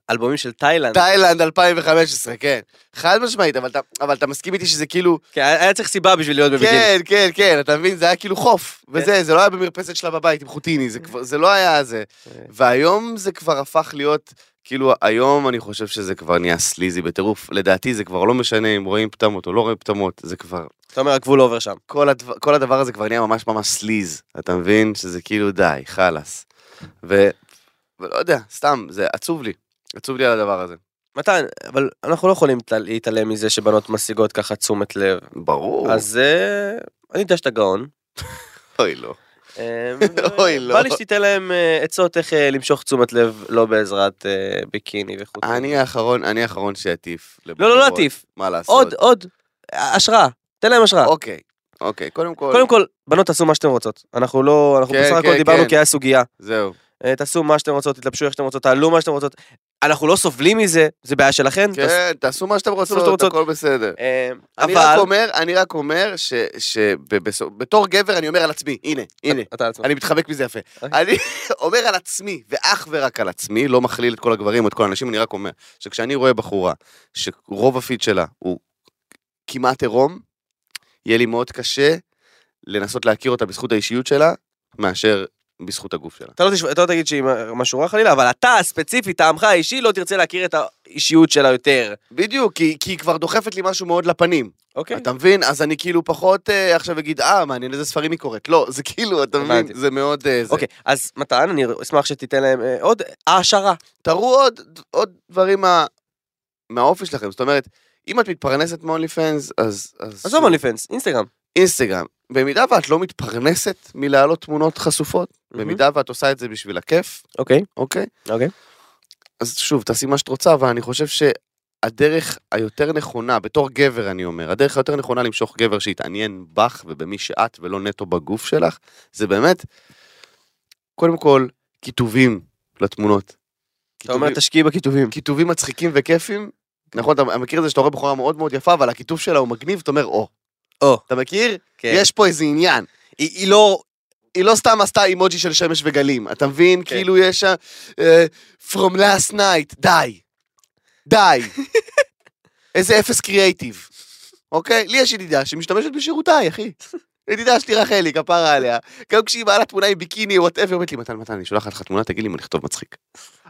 Speaker 3: לאלבומים של תאילנד.
Speaker 2: תאילנד 2015, כן. חד משמעית, אבל אתה, אבל אתה מסכים איתי שזה כאילו...
Speaker 3: כן, היה צריך סיבה בשביל להיות בביקיני.
Speaker 2: כן, כן, כן, אתה מבין? זה היה כאילו חוף. וזה, זה לא היה במרפסת שלה בבית עם חוטיני, זה כבר, זה לא היה זה. והיום זה כבר הפך להיות, כאילו, היום אני חושב שזה כבר נהיה סליזי בטירוף. לדעתי זה כבר לא משנה אם רואים פטמות או לא רואים פטמות, זה כבר...
Speaker 3: אתה אומר, הגבול עובר שם.
Speaker 2: כל, הדבר, כל הדבר הזה כבר נהיה ממש ממש סליז, אתה מבין? שזה כאילו די, חלאס. ו... ולא יודע, סתם, זה עצוב לי. עצוב לי על הדבר הזה.
Speaker 3: מתן, אבל אנחנו לא יכולים לה- להתעלם מזה שבנות משיגות ככה תשומת לב.
Speaker 2: ברור.
Speaker 3: אז אה, אני יודע שאתה גאון.
Speaker 2: אוי, לא.
Speaker 3: אה,
Speaker 2: אוי, לא.
Speaker 3: בא לי שתיתן להם אה, עצות איך אה, למשוך תשומת לב לא בעזרת אה, ביקיני וכו'.
Speaker 2: אני האחרון, אני האחרון שיטיף.
Speaker 3: לא, לא, לא
Speaker 2: לבחורות.
Speaker 3: עטיף.
Speaker 2: מה לעשות?
Speaker 3: עוד, עוד. השראה, תן להם השראה.
Speaker 2: אוקיי, אוקיי, קודם כל,
Speaker 3: קודם כל, בנות תעשו מה שאתן רוצות. אנחנו לא, אנחנו
Speaker 2: כן,
Speaker 3: בסך הכל
Speaker 2: כן,
Speaker 3: דיברנו
Speaker 2: כן.
Speaker 3: כי היה סוגיה.
Speaker 2: זהו.
Speaker 3: אה, תעשו מה שאתן רוצות, תתלבשו איך שאתן רוצות, תעלו מה שאתן רוצות. אנחנו לא סובלים מזה, זה בעיה שלכן. תעשו-
Speaker 2: כן, תעשו מה שאתם
Speaker 3: מה שאתם
Speaker 2: רוצות,
Speaker 3: רוצות.
Speaker 2: הכל בסדר.
Speaker 3: אה,
Speaker 2: אני רק
Speaker 3: אבל...
Speaker 2: אומר, אני רק אומר שבתור גבר אני אומר על עצמי, הנה, הנה.
Speaker 3: אתה- אתה על עצמך.
Speaker 2: אני מתחמק מזה יפה.
Speaker 3: אוקיי.
Speaker 2: אני אומר על עצמי, ואך ורק על עצמי, לא מכליל את כל הגברים, את כל האנשים, אני רק אומר, שכשאני רואה בחורה, שרוב הפיד שלה הוא כמעט עירום, יהיה לי מאוד קשה לנסות להכיר אותה בזכות האישיות שלה, מאשר בזכות הגוף שלה.
Speaker 3: אתה לא, תשמע, אתה לא תגיד שהיא משהו רע חלילה, אבל אתה ספציפית, טעמך האישי, לא תרצה להכיר את האישיות שלה יותר.
Speaker 2: בדיוק, כי כי היא כבר דוחפת לי משהו מאוד לפנים.
Speaker 3: אוקיי.
Speaker 2: אתה מבין? אז אני כאילו פחות אה, עכשיו אגיד, אה, מעניין איזה ספרים היא קוראת. לא, זה כאילו, אתה מבין?
Speaker 3: הבנתי.
Speaker 2: זה מאוד... אה, זה.
Speaker 3: אוקיי, אז מתן, אני אשמח שתיתן להם אה, עוד העשרה.
Speaker 2: תראו עוד, עוד דברים מה, מהאופי שלכם. זאת אומרת, אם את מתפרנסת מהאונלי פאנס, אז... אז-
Speaker 3: עזוב אונלי פנס, אינסטגרם.
Speaker 2: אינסטגרם. במידה ואת לא מתפרנסת מלהעלות תמונות חשופות, במידה ואת עושה את זה בשביל הכיף,
Speaker 3: אוקיי,
Speaker 2: אוקיי?
Speaker 3: אוקיי.
Speaker 2: אז שוב, תעשי מה שאת רוצה, אבל אני חושב שהדרך היותר נכונה, בתור גבר אני אומר, הדרך היותר נכונה למשוך גבר שיתעניין בך ובמי שאת ולא נטו בגוף שלך, זה באמת, קודם כל, כיתובים לתמונות.
Speaker 3: אתה אומר
Speaker 2: כיתובים-
Speaker 3: תשקיעי בכיתובים.
Speaker 2: כיתובים מצחיקים וכיפים. נכון, אתה מכיר את זה שאתה רואה בחורה מאוד מאוד יפה, אבל הכיתוב שלה הוא מגניב, אתה אומר, או.
Speaker 3: או.
Speaker 2: אתה מכיר?
Speaker 3: כן.
Speaker 2: יש פה איזה עניין.
Speaker 3: היא היא לא...
Speaker 2: היא לא סתם עשתה אימוג'י של שמש וגלים, אתה מבין?
Speaker 3: כן.
Speaker 2: כאילו יש שם... אה, From last night, די. די. איזה אפס קריאייטיב. אוקיי? לי יש ידידה שמשתמשת בשירותיי, אחי. ידידה שלי רחלי, כפרה עליה. גם כשהיא מעלה תמונה עם ביקיני, וואטאבר, אומרת לי, מתן, מתן, אני שולחת לך תמונה, תגיד לי אם אני אכתוב מצחיק.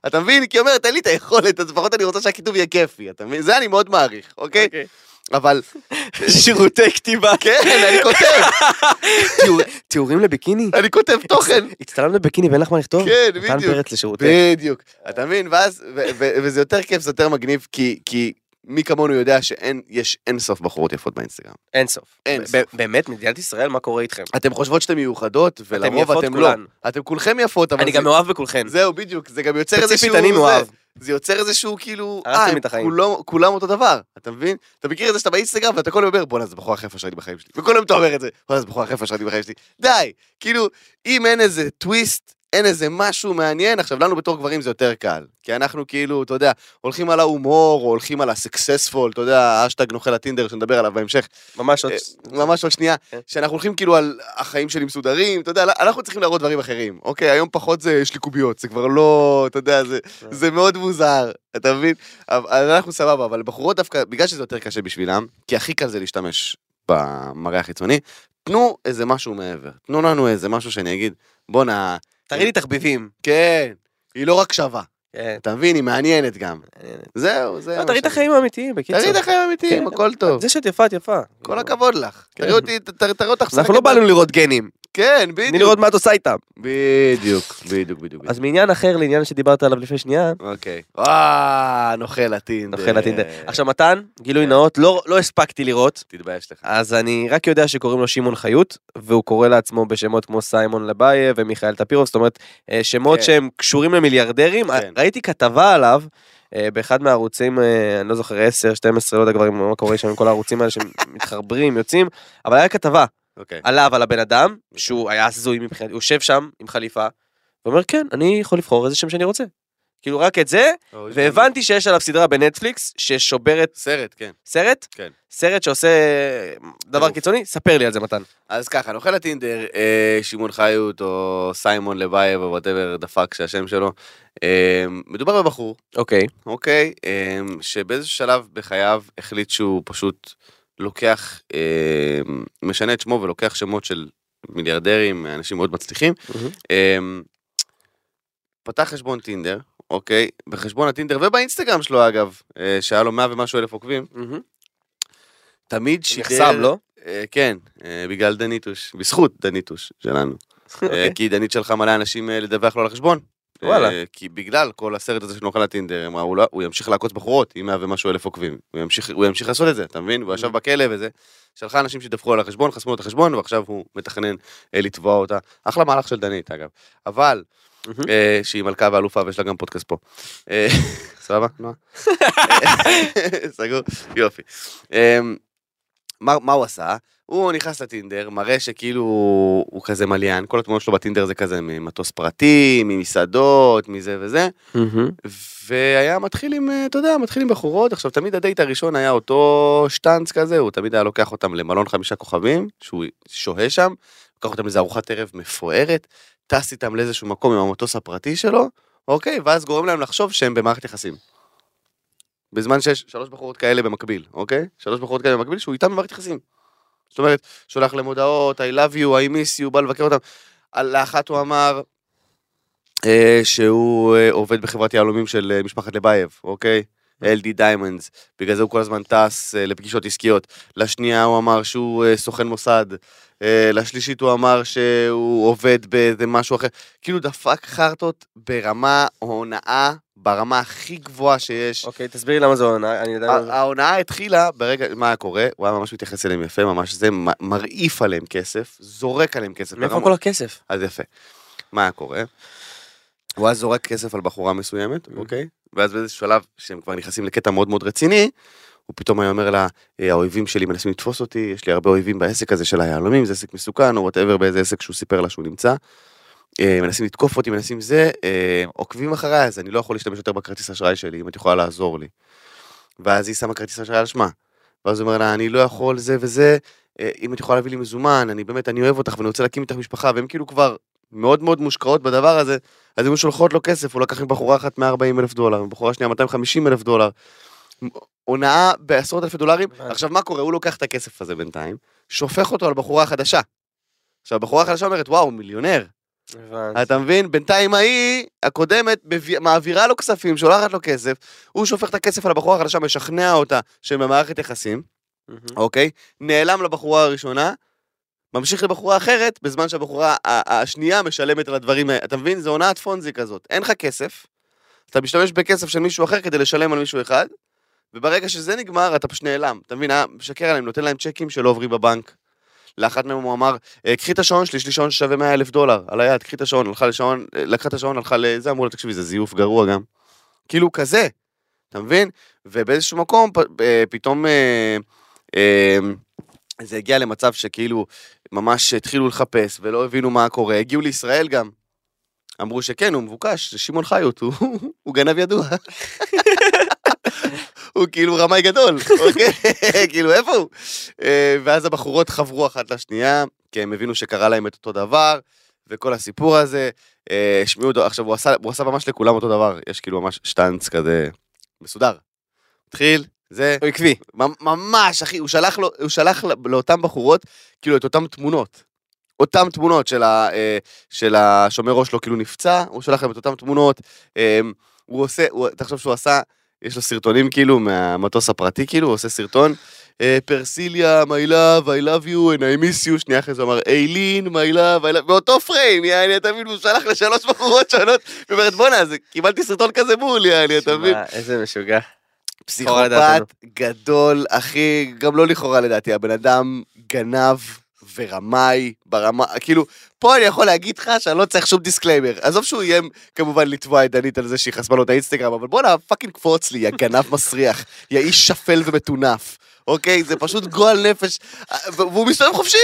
Speaker 2: אתה מבין? כי היא אומרת, אין לי את היכולת, אז לפחות אני רוצה שהכיתוב יהיה כיפי, אתה מבין? זה אני מאוד מעריך, אוקיי? אבל...
Speaker 3: שירותי כתיבה.
Speaker 2: כן, אני כותב,
Speaker 3: תיאור- תיאורים לביקיני?
Speaker 2: אני כותב תוכן.
Speaker 3: הצטלמת בביקיני ואין לך מה לכתוב?
Speaker 2: כן,
Speaker 3: מתן
Speaker 2: בדיוק.
Speaker 3: אוקיי, פרץ לשירותי.
Speaker 2: בדיוק. אתה מבין? ואז, ו- ו- וזה יותר כיף, זה יותר מגניב, כי- כי מי כמונו יודע שאין, יש אין סוף בחורות יפות באינסטגרם.
Speaker 3: אין סוף.
Speaker 2: אין
Speaker 3: ב-
Speaker 2: סוף.
Speaker 3: ב- באמת, מדינת ישראל, מה קורה איתכם?
Speaker 2: אתם חושבות שאתן מיוחדות, ולרוב
Speaker 3: יפות
Speaker 2: אתם לא.
Speaker 3: כולן.
Speaker 2: אתם כולכם יפות, אבל
Speaker 3: אני גם
Speaker 2: זה...
Speaker 3: מאוהב בכולכן.
Speaker 2: זהו, בדיוק, זה גם יוצר איזשהו...
Speaker 3: ספציפית אני לא
Speaker 2: זה-
Speaker 3: מאוהב.
Speaker 2: זה יוצר איזשהו כאילו...
Speaker 3: הרסתם
Speaker 2: אה,
Speaker 3: לי את החיים.
Speaker 2: כולם- כולם אותו דבר, אתה מבין? אתה מכיר את זה שאתה באינסטגרם ואתה כל היום אומר, בואנה, זה בחורה הכי יפה שראיתי בחיים שלי. וכל היום אתה אומר את זה, בואנה, זה בחורה הכי יפה שראיתי בחיים שלי. די, כאילו, אם אין איזה טוויסט, אין איזה משהו מעניין, עכשיו, לנו בתור גברים זה יותר קל. כי אנחנו כאילו, אתה יודע, הולכים על ההומור, או הולכים על הסקסספול, אתה יודע, האשטג נוכל הטינדר שנדבר עליו בהמשך,
Speaker 3: ממש עוד...
Speaker 2: אה, ממש עוד שנייה,
Speaker 3: כן.
Speaker 2: שאנחנו הולכים כאילו על החיים שלי מסודרים, אתה יודע, לא, אנחנו צריכים להראות דברים אחרים. אוקיי, היום פחות זה, יש לי קוביות, זה כבר לא, אתה יודע, זה,
Speaker 3: כן.
Speaker 2: זה מאוד מוזר, אתה מבין? אבל אנחנו סבבה, אבל בחורות דווקא, בגלל שזה יותר קשה בשבילם, כי הכי קל זה להשתמש במראה החיצוני, תנו איזה משהו מעבר. תנו לנו איזה משהו שאני אגיד, בואנה,
Speaker 3: תראי לי תחביבים.
Speaker 2: כן, היא לא רק שווה,
Speaker 3: כן.
Speaker 2: אתה מבין? היא מעניינת גם.
Speaker 3: מעניינת.
Speaker 2: זהו, זהו.
Speaker 3: לא, תראי את החיים האמיתיים, בקיצור.
Speaker 2: תראי את החיים האמיתיים,
Speaker 3: כן.
Speaker 2: הכל טוב.
Speaker 3: זה שאת יפה, את יפה.
Speaker 2: כל הכבוד לך.
Speaker 3: כן.
Speaker 2: תראי אותי, ת- ת- תראי אותך.
Speaker 3: אז אנחנו לא
Speaker 2: משחקת
Speaker 3: באנו לראות גנים,
Speaker 2: כן,
Speaker 3: אני
Speaker 2: בדיוק.
Speaker 3: לראות מה את עושה איתם.
Speaker 2: בדיוק, בדיוק, בדיוק.
Speaker 3: אז מעניין אחר לעניין שדיברת עליו לפני שנייה,
Speaker 2: אוקיי. אה, נוכל הטינדר.
Speaker 3: נוכל הטינדר. עכשיו מתן,
Speaker 2: כן.
Speaker 3: גילוי נאות, לא לא הספקתי לראות,
Speaker 2: תתבייש לך.
Speaker 3: אז אני רק יודע שקוראים לו שמעון חיות, והוא קורא לעצמו בשמות כמו סיימון לבייב ומיכאל טפירוב, זאת אומרת, אה, שמות
Speaker 2: כן.
Speaker 3: שהם קשורים למיליארדרים. אה,
Speaker 2: כן.
Speaker 3: ראיתי כתבה עליו. אה, באחד מהערוצים, אה, אני לא זוכר, 10, 12, לא יודע כבר מה קורה שם עם כל הערוצים האלה שמתחברים, יוצאים, אבל היה כתבה
Speaker 2: אוקיי.
Speaker 3: עליו, על הבן אדם, שהוא היה הזוי מבחינתי, הוא יושב שם עם חליפה, ואומר, כן, אני יכול לבחור איזה שם שאני רוצה. כאילו, רק את זה, והבנתי שיש עליו סדרה בנטפליקס ששוברת
Speaker 2: סרט, כן.
Speaker 3: סרט,
Speaker 2: כן.
Speaker 3: סרט שעושה אה, דבר
Speaker 2: טירוף.
Speaker 3: קיצוני, ספר לי על זה, מתן.
Speaker 2: אז ככה, נוכל הטינדר, אה, שמעון חיות או סיימון לבייב או וואטאבר דפק שהשם שלו. אה, מדובר בבחור,
Speaker 3: אוקיי.
Speaker 2: אוקיי, אה, שבאיזשהו שלב בחייו החליט שהוא פשוט לוקח, אה, משנה את שמו ולוקח שמות של מיליארדרים, אנשים מאוד מצליחים. אמ, פתח חשבון טינדר, אוקיי? בחשבון הטינדר ובאינסטגרם שלו אגב, אה, שהיה לו 100 ומשהו אלף עוקבים, תמיד שידר...
Speaker 3: נחסם, לא?
Speaker 2: אה, כן, אה, בגלל דניטוש, בזכות דניטוש שלנו. אה, כי דנית שלחה מלא אנשים אה, לדווח לו על החשבון.
Speaker 3: אוקיי. וואלה.
Speaker 2: אה, כי בגלל כל הסרט הזה שנוכל לטינדר, הם אמרו לו, הוא ימשיך לעקוץ בחורות עם 100 ומשהו אלף עוקבים. הוא ימשיך, הוא ימשיך לעשות את זה, אתה מבין? והוא ישב בכלא וזה. שלחה אנשים שדווחו על החשבון, חסמו לו את החשבון, ועכשיו הוא מתכנן אה, לתבוע אותה. אחלה מהלך של דנית, אגב. אבל,
Speaker 3: מהמם.
Speaker 2: אה, שהיא מלכה ואלופה ויש לה גם פודקאסט פה. אה, סבבה, נועה? סגור? יופי. אמ, מה, מה הוא עשה? הוא נכנס לטינדר, מראה שכאילו הוא, הוא כזה מליין, כל התמונות שלו בטינדר זה כזה ממטוס פרטי, ממסעדות, מזה וזה,
Speaker 3: מהמם.
Speaker 2: והיה מתחיל עם, אה, אתה יודע, מתחיל עם בחורות, עכשיו תמיד הדייט הראשון היה אותו שטנץ כזה, הוא תמיד היה לוקח אותם למלון חמישה כוכבים, שהוא שוהה שם, לוקח אותם לאיזה ארוחת ערב מפוארת, טס איתם לאיזשהו מקום עם המטוס הפרטי שלו, אוקיי, ואז גורם להם לחשוב שהם במערכת יחסים. בזמן שיש שלוש בחורות כאלה במקביל, אוקיי? שלוש בחורות כאלה במקביל, שהוא איתם במערכת יחסים. זאת אומרת, שולח להם הודעות, I love you, I miss you, בא לבקר אותם. על- לאחת הוא אמר אה, שהוא אה, עובד בחברת יהלומים של אה, משפחת לבייב, אוקיי? LD דיימנדס, בגלל זה הוא כל הזמן טס אה, לפגישות עסקיות. לשנייה הוא אמר שהוא אה, סוכן מוסד. אה, לשלישית הוא אמר שהוא עובד באיזה משהו אחר. כאילו דפק חרטות ברמה הונאה, ברמה הכי גבוהה שיש.
Speaker 3: אוקיי, תסבירי למה זה עונה, אני עדיין...
Speaker 2: ה- ההונאה התחילה ברגע, מה היה קורה? הוא היה ממש מתייחס אליהם יפה, ממש זה, מ- מרעיף עליהם כסף, זורק עליהם כסף.
Speaker 3: מאיפה
Speaker 2: ברמה-
Speaker 3: כל הכסף?
Speaker 2: אז יפה. מה היה קורה? הוא היה זורק כסף על בחורה מסוימת,
Speaker 3: Mm.
Speaker 2: אוקיי? ואז באיזשהו שלב, שהם כבר נכנסים לקטע מאוד מאוד רציני, הוא פתאום היה אומר לה, "אה, האויבים שלי מנסים לתפוס אותי, יש לי הרבה אויבים בעסק הזה של היהלומים, זה עסק מסוכן, או וואטאבר באיזה עסק שהוא סיפר לה שהוא נמצא. אה, מנסים לתקוף אותי, מנסים זה, אה, עוקבים אחריי, אז אני לא יכול להשתמש יותר בכרטיס אשראי שלי, אם את יכולה לעזור לי. ואז היא שמה כרטיס אשראי על שמה. ואז הוא אומר לה, אני לא יכול זה וזה, אה, אם את יכולה להביא לי מזומן, אני באמת, אני אוהב אותך ואני רוצה להקים איתך משפחה, והם כאילו כבר מאוד מאוד מושקעות בדבר הזה, אז היו שולחות לו כסף, הוא לקח מבחורה אחת 140 אלף דולר, מבחורה שנייה 250 אלף דולר. הונאה בעשרות אלפי דולרים.
Speaker 3: הבנתי.
Speaker 2: עכשיו, מה קורה? הוא לוקח את הכסף הזה בינתיים, שופך אותו על בחורה חדשה. עכשיו, הבחורה החדשה אומרת, וואו, מיליונר.
Speaker 3: הבנתי.
Speaker 2: אתה מבין? בינתיים ההיא, הקודמת, מביא- מעבירה לו כספים, שולחת לו כסף, הוא שופך את הכסף על הבחורה החדשה, משכנע אותה שהם במערכת יחסים,
Speaker 3: מהמם.
Speaker 2: אוקיי? נעלם לבחורה הראשונה, ממשיך לבחורה אחרת, בזמן שהבחורה ה- ה- השנייה משלמת על הדברים האלה. אתה מבין? זו הונאת פונזי כזאת. אין לך כסף, אתה משתמש בכסף של מישהו אחר כדי לשלם על מישהו אחד, וברגע שזה נגמר, אתה פשוט נעלם. אתה מבין? היה משקר עליהם, נותן להם צ'קים שלא עוברים בבנק. לאחת מהם הוא אמר, "אה, קחי את השעון שלי, יש לי שעון ששווה 100 אלף דולר, על היד, קחי את השעון, הלכה לשעון, אה, לקחה את השעון, הלכה לזה, אמרו לה, תקשיבי, זה זיוף גרוע גם. כאילו, כזה, אתה מבין? ובאיזשהו מקום, פ- אה, פתאום אה, אה, זה הגיע למצב שכאילו, ממש התחילו לחפש, ולא הבינו מה קורה, הגיעו לישראל גם. אמרו שכן, הוא מבוקש, זה שמעון חיות, הוא, הוא גנב ידוע. הוא כאילו רמאי גדול, אוקיי? כאילו, איפה הוא? אה, ואז הבחורות חברו אחת לשנייה, כי הם הבינו שקרה להם את אותו דבר, וכל הסיפור הזה, אה, השמיעו אותו, עכשיו הוא עשה, הוא עשה ממש לכולם אותו דבר, יש כאילו ממש שטנץ כזה מסודר. התחיל, זה,
Speaker 3: הוא עקבי.
Speaker 2: ממ- ממש, אחי, הוא שלח, לו, הוא שלח לא- לאותן בחורות, כאילו, את אותן תמונות. אותן תמונות של, ה, אה, של השומר ראש שלו, כאילו נפצע, הוא שלח להם את אותן תמונות. אה, הוא עושה, הוא, תחשוב שהוא עשה, יש לו סרטונים, כאילו, מהמטוס הפרטי, כאילו, הוא עושה סרטון. אה, פרסיליה, my love, I love you, and I miss you, שנייה אחרי זה הוא אמר, איילין, my love, I love, באותו פריים, יעני, אתה מבין, הוא שלח לשלוש בחורות שונות, היא אומרת, בואנה, זה- קיבלתי סרטון כזה בול, יעני, אתה מבין?
Speaker 3: שמע, איזה משוגע. לכאורה
Speaker 2: פסיכופת
Speaker 3: לדעתנו.
Speaker 2: גדול, אחי, גם לא לכאורה לדעתי, הבן אדם גנב ורמאי ברמה, כאילו, פה אני יכול להגיד לך שאני לא צריך שום דיסקליימר. עזוב שהוא איים כמובן לתבוע את דנית על זה שהיא חסמה לו את האינסטגרם, אבל בואנה, פאקינג קפוץ לי, יא גנב מסריח, יא איש שפל ומטונף. אוקיי, זה פשוט גועל נפש, אה, והוא מסתובב חופשי,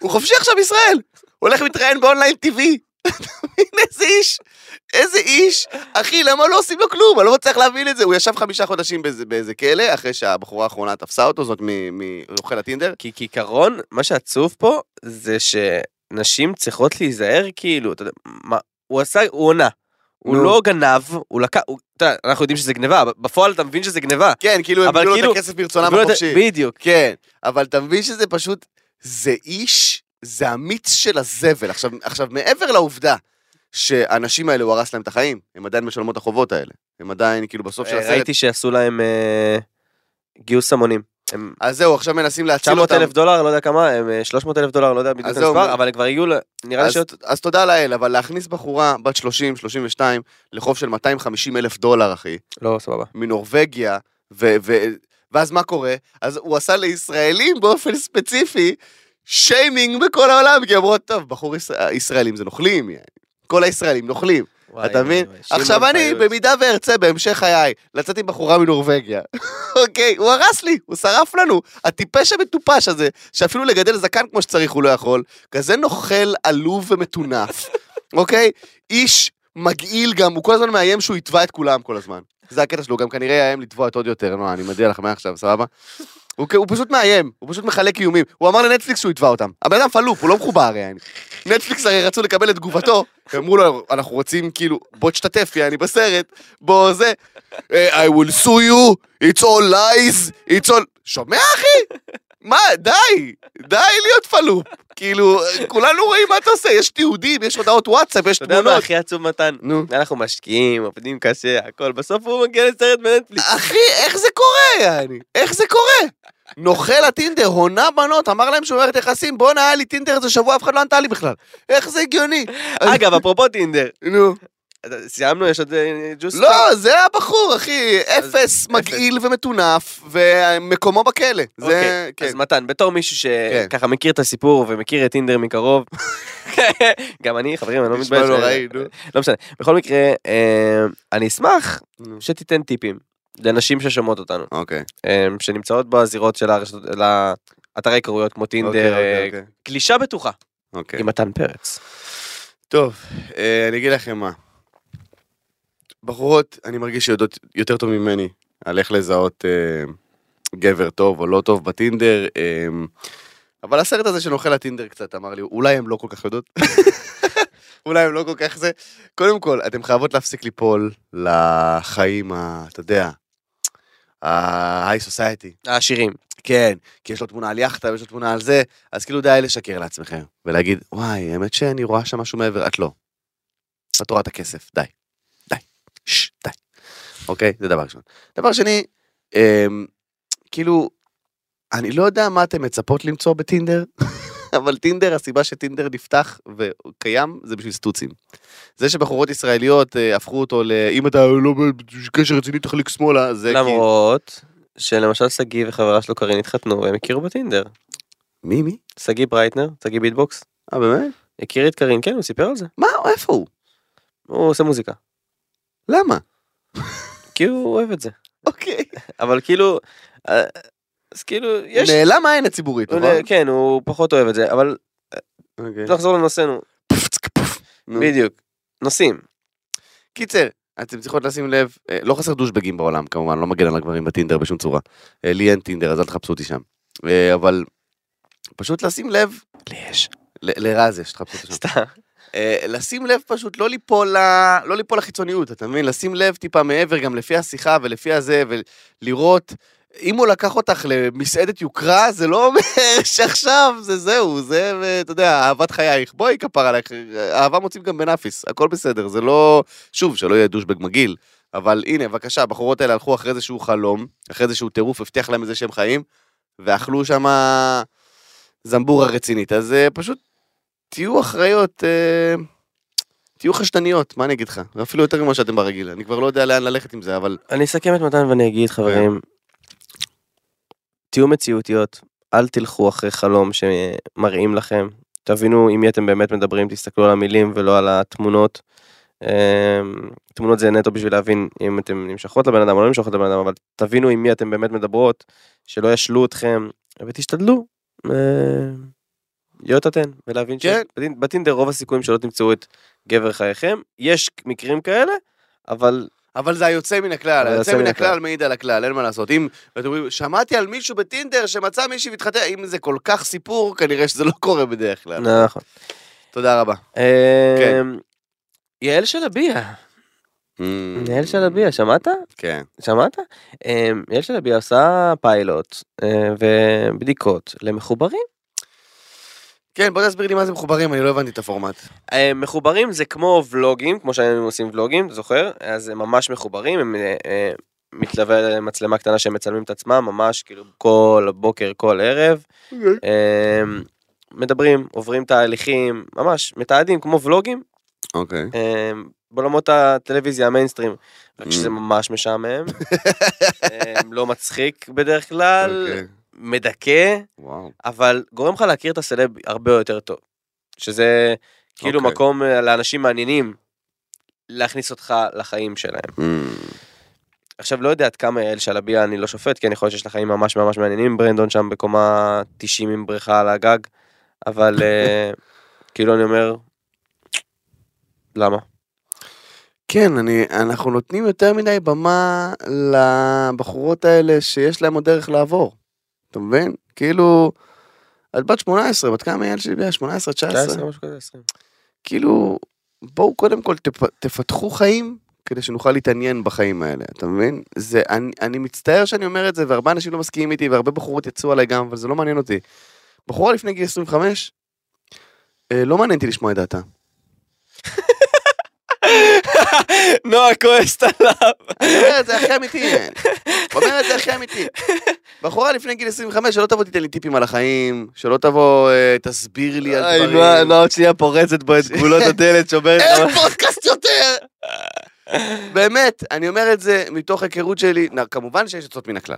Speaker 2: הוא חופשי עכשיו בישראל, הולך מתראיין באונליין טיווי. איזה איש, איזה איש, אחי, למה לא עושים לו כלום? אני לא מצליח להבין את זה. הוא ישב חמישה חודשים באיזה, באיזה כלא, אחרי שהבחורה האחרונה תפסה אותו, זאת מ- מאוכל הטינדר.
Speaker 3: כי כעיקרון, מה שעצוב פה זה שנשים צריכות להיזהר כאילו, אתה יודע, מה, הוא עשה, הוא עונה. הוא
Speaker 2: נו.
Speaker 3: לא גנב, הוא לקח, הוא- אתה יודע, אנחנו יודעים שזה גניבה, בפועל אתה מבין שזה גניבה.
Speaker 2: כן, כאילו הם
Speaker 3: אבל
Speaker 2: קיבלו לו
Speaker 3: כאילו-
Speaker 2: את הכסף ברצונם
Speaker 3: אבל אתה-
Speaker 2: החופשי.
Speaker 3: בדיוק.
Speaker 2: כן, אבל אתה מבין שזה פשוט, זה איש, זה המיץ של הזבל. עכשיו, עכשיו, מעבר לעובדה שהאנשים האלה, הוא הרס להם את החיים, הם עדיין משלמות את החובות האלה. הם עדיין, כאילו, בסוף של
Speaker 3: אה,
Speaker 2: הסרט.
Speaker 3: ראיתי שעשו להם אה, גיוס המונים. הם
Speaker 2: אז זהו, עכשיו מנסים להציל
Speaker 3: 900
Speaker 2: אותם.
Speaker 3: אלף דולר, לא יודע כמה, הם אה, 300 אלף דולר, לא יודע בדיוק
Speaker 2: אז
Speaker 3: את
Speaker 2: זהו,
Speaker 3: המספר,
Speaker 2: מה-
Speaker 3: אבל הם כבר הגיעו, ל- נראה לי
Speaker 2: אז,
Speaker 3: שעות...
Speaker 2: אז תודה לאל, אבל להכניס בחורה בת 30, 32, לחוב של 250 אלף דולר, אחי,
Speaker 3: לא, סבבה.
Speaker 2: מנורבגיה, ו, ו, ואז מה קורה? אז הוא עשה לישראלים באופן ספציפי שיימינג בכל העולם, כי אמרו, טוב, בחור ישראל, ישראלים זה נוכלים, יעני. כל הישראלים נוכלים.
Speaker 3: וואי,
Speaker 2: אתה מבין?
Speaker 3: וואי, וואי.
Speaker 2: עכשיו
Speaker 3: שמעון
Speaker 2: אני,
Speaker 3: פיוס.
Speaker 2: במידה וארצה בהמשך חיי, לצאת עם בחורה מנורבגיה. אוקיי, הוא הרס לי, הוא שרף לנו. הטיפש המטופש הזה, שאפילו לגדל זקן כמו שצריך הוא לא יכול, כזה נוכל עלוב ומטונף. אוקיי? איש מגעיל גם, הוא כל הזמן מאיים שהוא יתבע את כולם כל הזמן. זה הקטע שלו, הוא גם כנראה יאיים לתבוע את עוד יותר, נו, אני מודיע לך מעכשיו, סבבה? הוא, כ- הוא פשוט מאיים, הוא פשוט מחלק איומים. הוא אמר לנטפליקס שהוא יתבע אותם. הבן אדם פלופ, הוא לא מחובר הרי. יעני. נטפליקס הרי רצו לקבל את תגובתו, הם אמרו לו, אנחנו רוצים כאילו, בוא תשתתף, יעני, בסרט, בוא זה. "Eh, I will sue you, it's all lies, it's all... שומע אחי? מה, די, די להיות פלופ. כאילו, כולנו רואים מה אתה עושה, יש תיעודים, יש הודעות וואטסאפ, יש
Speaker 3: אתה יודע מה
Speaker 2: תמונות.
Speaker 3: הכי עצוב מתן?
Speaker 2: נו.
Speaker 3: אנחנו משקיעים, עובדים קשה, הכל, בסוף הוא מגיע לסרט בנטפליקס.
Speaker 2: אחי, איך זה קורה, יעני? איך זה קורה? נוכל הטינדר, הונה בנות, אמר להם שהוא מערכת יחסים, בואנה, היה לי טינדר איזה שבוע, אף אחד לא ענתה לי בכלל. איך זה הגיוני?
Speaker 3: אגב, אפרופו טינדר,
Speaker 2: נו.
Speaker 3: אתה- סיימנו, יש עוד אה, ג'וס?
Speaker 2: לא, זה הבחור, אחי, אפס, מגעיל ומטונף, ומקומו בכלא. זה,
Speaker 3: אוקיי,
Speaker 2: כן.
Speaker 3: אז מתן, בתור מישהו שככה מכיר את הסיפור ומכיר את טינדר מקרוב, גם אני, חברים, אני לא
Speaker 2: נשמע
Speaker 3: מתבייש.
Speaker 2: נוראי, נו.
Speaker 3: לא משנה. בכל מקרה, אה, אני אשמח
Speaker 2: נו.
Speaker 3: שתיתן טיפים לנשים ששומעות אותנו,
Speaker 2: אוקיי.
Speaker 3: אה, שנמצאות בזירות של הרשתות, לאתרי קרויות כמו טינדר, אה,
Speaker 2: אוקיי, אוקיי,
Speaker 3: גלישה בטוחה,
Speaker 2: אוקיי.
Speaker 3: עם מתן פרץ.
Speaker 2: טוב, אה, אני אגיד לכם מה. בחורות, אני מרגיש שיודעות יותר טוב ממני על איך לזהות אה, גבר טוב או לא טוב בטינדר. אה, אבל הסרט הזה שנוכל הטינדר קצת אמר לי, אולי הן לא כל כך יודעות. אולי הן לא כל כך זה. קודם כל, אתן חייבות להפסיק ליפול לחיים, ה, אתה יודע, ה-high society.
Speaker 3: העשירים.
Speaker 2: כן, כי יש לו תמונה על יכטה ויש לו תמונה על זה, אז כאילו די לשקר לעצמכם ולהגיד, וואי, האמת שאני רואה שם משהו מעבר, את לא. את רואה את הכסף, די. די. שש, די. אוקיי? זה דבר ראשון. דבר שני, אמ, כאילו, אני לא יודע מה אתם מצפות למצוא בטינדר, אבל טינדר, הסיבה שטינדר נפתח וקיים, זה בשביל סטוצים. זה שבחורות ישראליות אה, הפכו אותו ל... אם אתה לא בקשר רציני תחליק שמאלה, זה כי...
Speaker 3: למרות שלמשל שגיא וחברה שלו קארין התחתנו והם הכירו בטינדר.
Speaker 2: מי, מי?
Speaker 3: שגיא ברייטנר, שגיא ביטבוקס,
Speaker 2: אה, באמת?
Speaker 3: הכיר את קארין, כן, הוא סיפר על זה.
Speaker 2: מה, איפה הוא?
Speaker 3: הוא עושה מוזיקה.
Speaker 2: למה?
Speaker 3: כי הוא אוהב את זה.
Speaker 2: אוקיי.
Speaker 3: אבל כאילו, אה, אז כאילו, יש...
Speaker 2: נעלם העין הציבורית,
Speaker 3: הוא
Speaker 2: נכון?
Speaker 3: נ- כן, הוא פחות אוהב את זה, אבל
Speaker 2: אוקיי.
Speaker 3: נחזור לנושאנו.
Speaker 2: נו.
Speaker 3: בדיוק. נושאים.
Speaker 2: קיצר, אתם צריכות לשים לב, אה, לא חסר דושבגים בעולם, כמובן, לא מגן על הגברים בטינדר בשום צורה. אה, לי אין טינדר, אז אל תחפשו אותי שם. אה, אבל פשוט לשים לב,
Speaker 3: לי יש.
Speaker 2: ל- לרז יש, תחפשו אותו שם.
Speaker 3: סתם.
Speaker 2: אה, לשים לב פשוט, לא ליפול, ל... לא ליפול לחיצוניות, אתה מבין? לשים לב טיפה מעבר גם לפי השיחה ולפי הזה, ולראות. אם הוא לקח אותך למסעדת יוקרה, זה לא אומר שעכשיו זה זהו, זה, אתה יודע, אהבת חייך. בואי כפר עלייך, אהבה מוצאים גם בנאפיס, הכל בסדר, זה לא... שוב, שלא יהיה דושבג מגעיל, אבל הנה, בבקשה, הבחורות האלה הלכו אחרי איזשהו חלום, אחרי איזשהו טירוף, הבטיח להם איזה שהם חיים, ואכלו שמה זמבורה רצינית. אז אה, פשוט תהיו אחראיות, אה, תהיו חשדניות, מה אני אגיד לך? אפילו יותר ממה שאתם ברגיל, אני כבר לא יודע לאן ללכת עם זה, אבל...
Speaker 3: אני אסכם את מתן ואני אגיד, חברים, תהיו מציאותיות, אל תלכו אחרי חלום שמראים לכם, תבינו עם מי אתם באמת מדברים, תסתכלו על המילים ולא על התמונות. אמ, תמונות זה נטו בשביל להבין אם אתם נמשכות לבן אדם או לא נמשכות לבן אדם, אבל תבינו עם מי אתם באמת מדברות, שלא ישלו אתכם, ותשתדלו. אמ, להיות אתן, ולהבין
Speaker 2: כן.
Speaker 3: שבטינדר רוב הסיכויים שלא תמצאו את גבר חייכם, יש מקרים כאלה, אבל
Speaker 2: אבל זה היוצא מן הכלל,
Speaker 3: אבל
Speaker 2: היוצא מן הכלל מעיד על הכלל, אין מה לעשות. אם אתם אומרים, שמעתי על מישהו בטינדר שמצא מישהי והתחתן, אם זה כל כך סיפור, כנראה שזה לא Mm. קורה בדרך כלל.
Speaker 3: נכון.
Speaker 2: תודה רבה.
Speaker 3: כן. יעל שלביה, אמ, יעל שלביה, שמעת?
Speaker 2: כן.
Speaker 3: שמעת? אה, יעל שלביה עושה פיילוט אה, ובדיקות למחוברים.
Speaker 2: כן, בוא תסביר לי מה זה מחוברים, אני לא הבנתי את הפורמט.
Speaker 3: אה, מחוברים זה כמו ולוגים, כמו שהיינו עושים ולוגים, אתה זוכר? אז הם ממש מחוברים, הם אה, אה, מתלווה מצלמה קטנה שהם מצלמים את עצמם, ממש כאילו כל בוקר, כל ערב. אה, מדברים, עוברים תהליכים, ממש מתעדים כמו ולוגים,
Speaker 2: אוקיי.
Speaker 3: אמ, בעולמות הטלוויזיה המיינסטרים, רק
Speaker 2: Mm.
Speaker 3: שזה ממש משעמם, אמ, לא מצחיק בדרך כלל,
Speaker 2: אוקיי.
Speaker 3: מדכא,
Speaker 2: וואו.
Speaker 3: אבל גורם לך להכיר את הסלב הרבה יותר טוב, שזה כאילו
Speaker 2: אוקיי.
Speaker 3: מקום אה, לאנשים מעניינים להכניס אותך לחיים שלהם.
Speaker 2: Mm.
Speaker 3: עכשיו לא יודע עד כמה יעל שלביה אני לא שופט כי אני חושב שיש לה חיים ממש ממש מעניינים עם ברנדון שם בקומה 90 עם בריכה על הגג אבל אה, כאילו אני אומר למה
Speaker 2: כן, אני, אנחנו נותנים יותר מדי במה לבחורות האלה שיש להן עוד דרך לעבור. אתה מבין? כאילו, את בת 18, בת כמה הילד שלי? ביה? 18, 19?
Speaker 3: 19, משהו כזה, 20.
Speaker 2: כאילו, בואו קודם כל תפ, תפתחו חיים כדי שנוכל להתעניין בחיים האלה, אתה מבין? זה, אני, אני מצטער שאני אומר את זה, והרבה אנשים לא מסכימים איתי, והרבה בחורות יצאו עליי גם, אבל זה לא מעניין אותי. בחורה לפני גיל 25, אה, לא מעניין אותי לשמוע את דעתה.
Speaker 3: נועה כועסת עליו.
Speaker 2: אומר את זה הכי אמיתי, אומר את זה הכי אמיתי. בחורה לפני גיל 25 שלא תבוא תיתן לי טיפים על החיים, שלא תבוא אה, תסביר לי על
Speaker 3: אוי,
Speaker 2: דברים.
Speaker 3: נועה נועה עוד שנייה פורצת בו את גבולות הדלת, שומרת
Speaker 2: אין
Speaker 3: לך.
Speaker 2: פודקאסט יותר! באמת, אני אומר את זה מתוך היכרות שלי. נ- כמובן שיש יוצאות מן הכלל.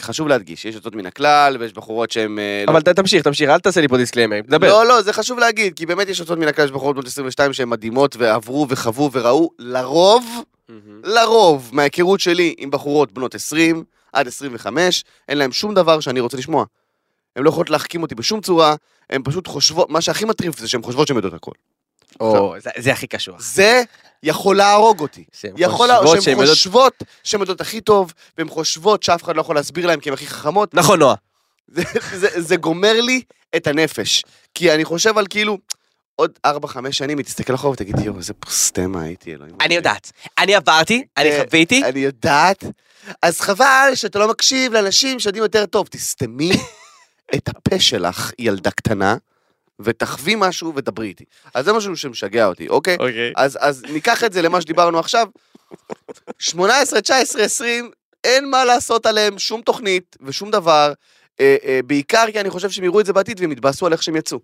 Speaker 2: חשוב להדגיש, יש יוצאות מן הכלל, ויש בחורות שהן... אה, לא-
Speaker 3: אבל ת- תמשיך, תמשיך, אל תעשה לי פה דיסקליימר, דבר.
Speaker 2: לא, לא, זה חשוב להגיד, כי באמת יש יוצאות מן הכלל, יש בחורות בנות 22 שהן מדהימות, ועברו וחוו וראו, לרוב,
Speaker 3: מהמם.
Speaker 2: לרוב, מההיכרות שלי עם בחורות בנות 20 עד 25, אין להם שום דבר שאני רוצה לשמוע. הן לא יכולות להחכים אותי בשום צורה, הן פשוט חושבות, מה שהכי מטריף זה שהן חושבות שהן יודעות הכל.
Speaker 3: או, זה- זה הכי קשוח.
Speaker 2: זה יכול להרוג אותי.
Speaker 3: שהן
Speaker 2: יכול להרוג,
Speaker 3: חושבות
Speaker 2: שהן
Speaker 3: שהן יודעות-
Speaker 2: חושבות שהן יודעות הכי טוב, והן חושבות שאף אחד לא יכול להסביר להן כי הן הכי חכמות.
Speaker 3: נכון, נועה.
Speaker 2: זה, זה, זה גומר לי את הנפש. כי אני חושב על כאילו, עוד 4-5 שנים היא תסתכל אחורה ותגיד, יואו, איזה סטמה הייתי, אלוהים.
Speaker 3: אני יודעת. אני עברתי, אני
Speaker 2: אה,
Speaker 3: חוויתי.
Speaker 2: אני יודעת. אז חבל שאתה לא מקשיב לאנשים שיודעים יותר טוב. תסתמי את הפה שלך, ילדה קטנה, ותחווי משהו ודברי איתי. אז זה משהו שמשגע אותי, אוקיי?
Speaker 3: אוקיי.
Speaker 2: אז, אז ניקח את זה למה שדיברנו עכשיו. 18, 19, 20, אין מה לעשות עליהם שום תוכנית ושום דבר. אה, אה, בעיקר כי אני חושב שהם יראו את זה בעתיד והם יתבאסו על איך שהם יצאו.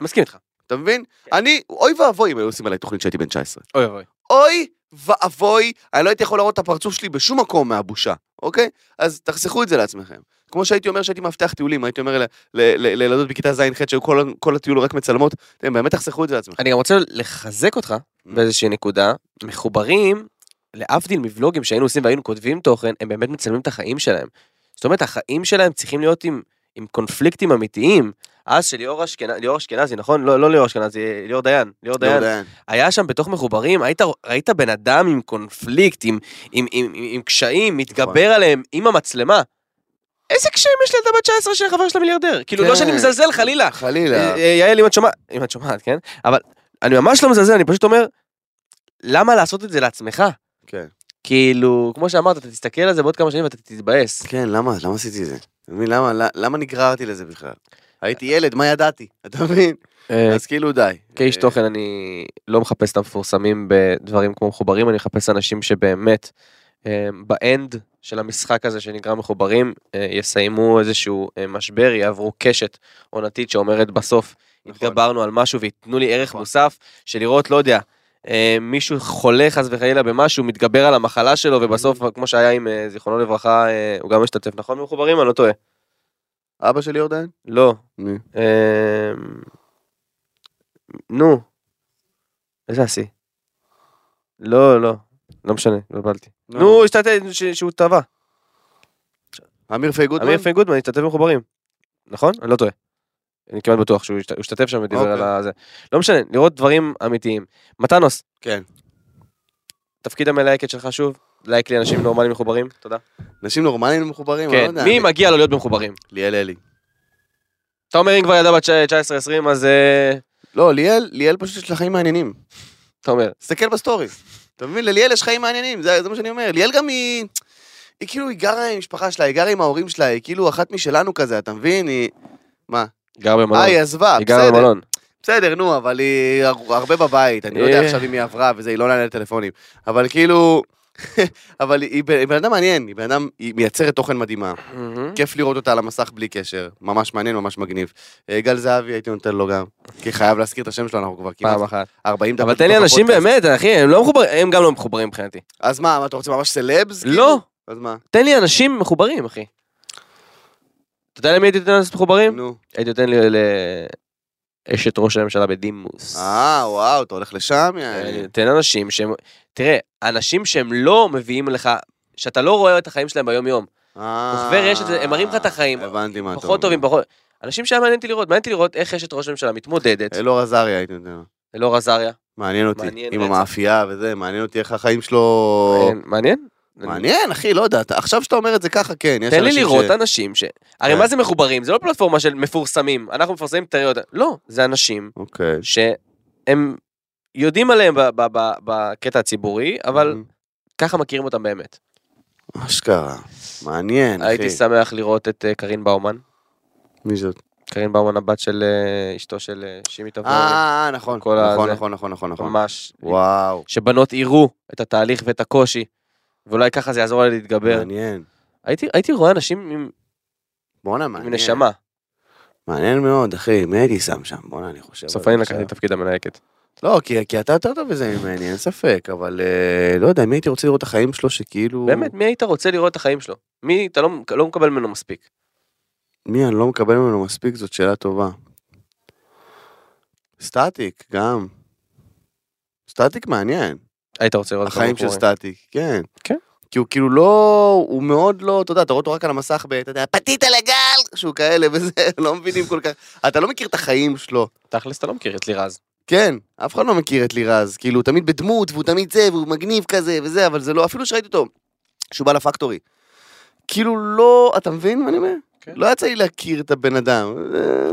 Speaker 3: מסכים איתך.
Speaker 2: אתה מבין? אני, אוי ואבוי אם היו עושים עליי תוכנית כשהייתי בן 19.
Speaker 3: אוי אוי.
Speaker 2: אוי ואבוי, אני לא הייתי יכול להראות את הפרצוף שלי בשום מקום מהבושה, אוקיי? אז תחסכו את זה לעצמכם. כמו שהייתי אומר שהייתי מאבטח טיולים, הייתי אומר ל- ל- ל- לילדות בכיתה ז'-ח' שהיו כל, כל הטיול רק מצלמות, אתם באמת תחסכו את זה לעצמכם.
Speaker 3: אני גם רוצה לחזק אותך באיזושהי נקודה. מחוברים, להבדיל מבלוגים שהיינו עושים והיינו כותבים תוכן, הם באמת מצלמים את החיים שלהם. זאת אומרת, החיים שלהם צריכים להיות עם, עם קונפליקטים אמיתיים. אז שליאור אשכנזי, ליאור אשכנזי, נכון? לא, לא ליאור אשכנזי, ליאור דיין.
Speaker 2: לא
Speaker 3: ליאור דיין. היה שם בתוך מחוברים, היית, ראית בן אדם עם קונפליקט, עם, עם, עם, עם, עם קשיים, מתגבר עליהם עם המצלמה. איזה קשיים יש לילדה בת 19 שהחבר שלה מיליארדר? כאילו, לא שאני
Speaker 2: כן.
Speaker 3: מזלזל, חלילה.
Speaker 2: חלילה.
Speaker 3: אה, אה, יעל, אם את שומעת, אם את שומעת, כן? אבל אני ממש לא מזלזל, אני פשוט אומר, למה לעשות את זה לעצמך?
Speaker 2: כן.
Speaker 3: כאילו, כמו שאמרת, אתה תסתכל על זה בעוד כמה שנים ואתה תתבאס.
Speaker 2: כן, למה? למה עשיתי את זה? אתה מבין? למה, ל- למה נגררתי לזה בכלל? הייתי ילד, מה ידעתי? אתה מבין?
Speaker 3: אה,
Speaker 2: אז כאילו די.
Speaker 3: כאיש
Speaker 2: אה,
Speaker 3: תוכן אני לא מחפש את המפורסמים בדברים כמו מחוברים, אני מחפש אנשים שבאמת אה, באנד של המשחק הזה שנקרא מחוברים, אה, יסיימו איזשהו אה, משבר, יעברו קשת עונתית שאומרת בסוף,
Speaker 2: נכון.
Speaker 3: התגברנו על משהו וייתנו לי ערך
Speaker 2: נכון.
Speaker 3: מוסף, שלראות, לא יודע, אה, מישהו חולה חס וחלילה במשהו, מתגבר על המחלה שלו, ובסוף,
Speaker 2: Mm.
Speaker 3: כמו שהיה עם, אה, זיכרונו לברכה, אה, הוא גם השתתף, נכון במחוברים? אני לא טועה.
Speaker 2: אבא שלי יורדן?
Speaker 3: לא, אמ, נו. איזה השיא? לא, לא. לא משנה, התבלבלתי. נו, השתתף, ש- שהוא טבע.
Speaker 2: אמיר פיי גודמן?
Speaker 3: אמיר פיין גודמן השתתף במחוברים. נכון? אני לא טועה. אני כמעט בטוח שהוא השת- הוא השתתף שם ודיבר
Speaker 2: אוקיי.
Speaker 3: על ה- זה. לא משנה, לראות דברים אמיתיים. מתנוס,
Speaker 2: כן.
Speaker 3: תפקיד המלהקת שלך שוב. לייק לי אנשים נורמליים מחוברים. תודה.
Speaker 2: אנשים נורמליים מחוברים? אני לא
Speaker 3: כן,
Speaker 2: יודע.
Speaker 3: מי
Speaker 2: אני-
Speaker 3: מגיע לו להיות במחוברים?
Speaker 2: ליאל אלי.
Speaker 3: אתה אומר אם כבר ילדה בת 19-20 אז... אה,
Speaker 2: לא, ליאל, ליאל פשוט יש לה חיים מעניינים.
Speaker 3: אתה אומר.
Speaker 2: תסתכל בסטורי. אתה מבין? לליאל יש חיים מעניינים, זה, זה מה שאני אומר. ליאל גם היא... היא כאילו, היא גרה עם המשפחה שלה, היא גרה עם ההורים שלה, היא כאילו אחת משלנו כזה, אתה מבין? היא... מה?
Speaker 3: גר במלון.
Speaker 2: אה, היא עזבה,
Speaker 3: היא גרה
Speaker 2: בסדר.
Speaker 3: במלון.
Speaker 2: בסדר, נו, אבל היא הר- הרבה בבית, אני לא יודע
Speaker 3: אה.
Speaker 2: עכשיו אם היא עברה וזה, היא לא עונה לטלפונים. אבל כאילו... אבל היא היא בן היא בן אדם מעניין, היא בן אדם, היא מייצרת תוכן מדהימה.
Speaker 3: מהמם.
Speaker 2: כיף לראות אותה על המסך בלי קשר, ממש מעניין, ממש מגניב. אה, גל זהבי הייתי נותן לו גם, כי חייב להזכיר את השם שלו, אנחנו כבר כמעט
Speaker 3: פעם אחת.
Speaker 2: 40 דקות.
Speaker 3: אבל תן לי
Speaker 2: בתוך
Speaker 3: אנשים
Speaker 2: הפודקאסט.
Speaker 3: באמת, אחי, הם לא מחוברים, הם גם לא מחוברים מבחינתי.
Speaker 2: אז מה, מה, אתה רוצה ממש סלבס?
Speaker 3: לא,
Speaker 2: כאילו? אז מה?
Speaker 3: תן לי אנשים מחוברים, אחי. אתה יודע למי הייתי נותן אנשים מחוברים?
Speaker 2: נו.
Speaker 3: הייתי נותן לי ל... אשת ראש הממשלה בדימוס.
Speaker 2: אה, וואו, אתה הולך לשם, יעני.
Speaker 3: אה, תן אנשים שהם, תראה, אנשים שהם לא מביאים לך, שאתה לא רואה את החיים שלהם ביום יום,
Speaker 2: אה,
Speaker 3: כוכבי רשת, הם מראים לך את החיים.
Speaker 2: הבנתי מה אתה אומר.
Speaker 3: פחות טובים, פחות, אנשים שהיה מעניין אותי לראות, מעניין אותי לראות איך אשת ראש הממשלה מתמודדת,
Speaker 2: אלאור עזריה הייתי נותן לו.
Speaker 3: אלאור עזריה,
Speaker 2: מעניין אותי.
Speaker 3: מעניין
Speaker 2: עם
Speaker 3: רצח.
Speaker 2: המאפייה וזה, מעניין אותי איך החיים שלו...
Speaker 3: מעניין, מעניין?
Speaker 2: מעניין, אחי, לא יודע. אתה- עכשיו שאתה אומר את זה ככה, כן. יש
Speaker 3: תן לי
Speaker 2: אנשים
Speaker 3: לראות
Speaker 2: ש-
Speaker 3: אנשים ש... הרי
Speaker 2: כן.
Speaker 3: מה זה מחוברים? זה לא פלטפורמה של מפורסמים, אנחנו מפרסמים תראה אותה. לא, זה אנשים
Speaker 2: אוקיי.
Speaker 3: שהם יודעים עליהם ב- ב- ב- בקטע הציבורי, אבל ככה מכירים אותם באמת.
Speaker 2: אשכרה. מעניין, אחי.
Speaker 3: הייתי שמח לראות את אה, קרין באומן.
Speaker 2: מי זאת?
Speaker 3: קרין באומן הבת של אה, אשתו של אה, שימי
Speaker 2: אה,
Speaker 3: תבורי.
Speaker 2: אה, נכון.
Speaker 3: כל ה-
Speaker 2: נכון,
Speaker 3: זה.
Speaker 2: נכון, נכון, נכון, נכון.
Speaker 3: ממש.
Speaker 2: וואו.
Speaker 3: שבנות יראו את התהליך ואת הקושי, ואולי ככה זה יעזור לה להתגבר.
Speaker 2: מעניין.
Speaker 3: הייתי הייתי רואה אנשים עם-
Speaker 2: בואנה,
Speaker 3: עם
Speaker 2: מעניין.
Speaker 3: נשמה.
Speaker 2: מעניין מאוד, אחי. מי הייתי שם שם? בואנה, אני חושב... על
Speaker 3: בסוף
Speaker 2: זה
Speaker 3: אני
Speaker 2: עכשיו.
Speaker 3: לקחתי את תפקיד המנהקת.
Speaker 2: לא, כי, כי אתה יותר טוב בזה ממני, אין ספק, אבל אה, לא יודע, מי הייתי רוצה לראות את החיים שלו שכאילו...
Speaker 3: באמת, מי היית רוצה לראות את החיים שלו? מי אתה לא לא מקבל ממנו מספיק?
Speaker 2: מי אני לא מקבל ממנו מספיק, זאת שאלה טובה. סטטיק, גם. סטטיק מעניין.
Speaker 3: היית רוצה לראות את
Speaker 2: החיים של סטטיק, כן.
Speaker 3: לא כן.
Speaker 2: כי הוא כאילו לא, הוא מאוד לא, אתה יודע, אתה רואה אותו רק על המסך, ב- אתה יודע, פתית לגל, שהוא כאלה וזה, לא מבינים כל כך, אתה לא מכיר את החיים שלו.
Speaker 3: תכלס אתה לא מכיר את לירז.
Speaker 2: כן, אף אחד לא מכיר את לירז, כאילו, הוא תמיד בדמות, והוא תמיד זה, והוא מגניב כזה וזה, אבל זה לא, אפילו שראיתי אותו, שהוא בא לפקטורי. כאילו לא, אתה מבין מה אני אומר?
Speaker 3: כן.
Speaker 2: לא יצא לי להכיר את הבן אדם. זה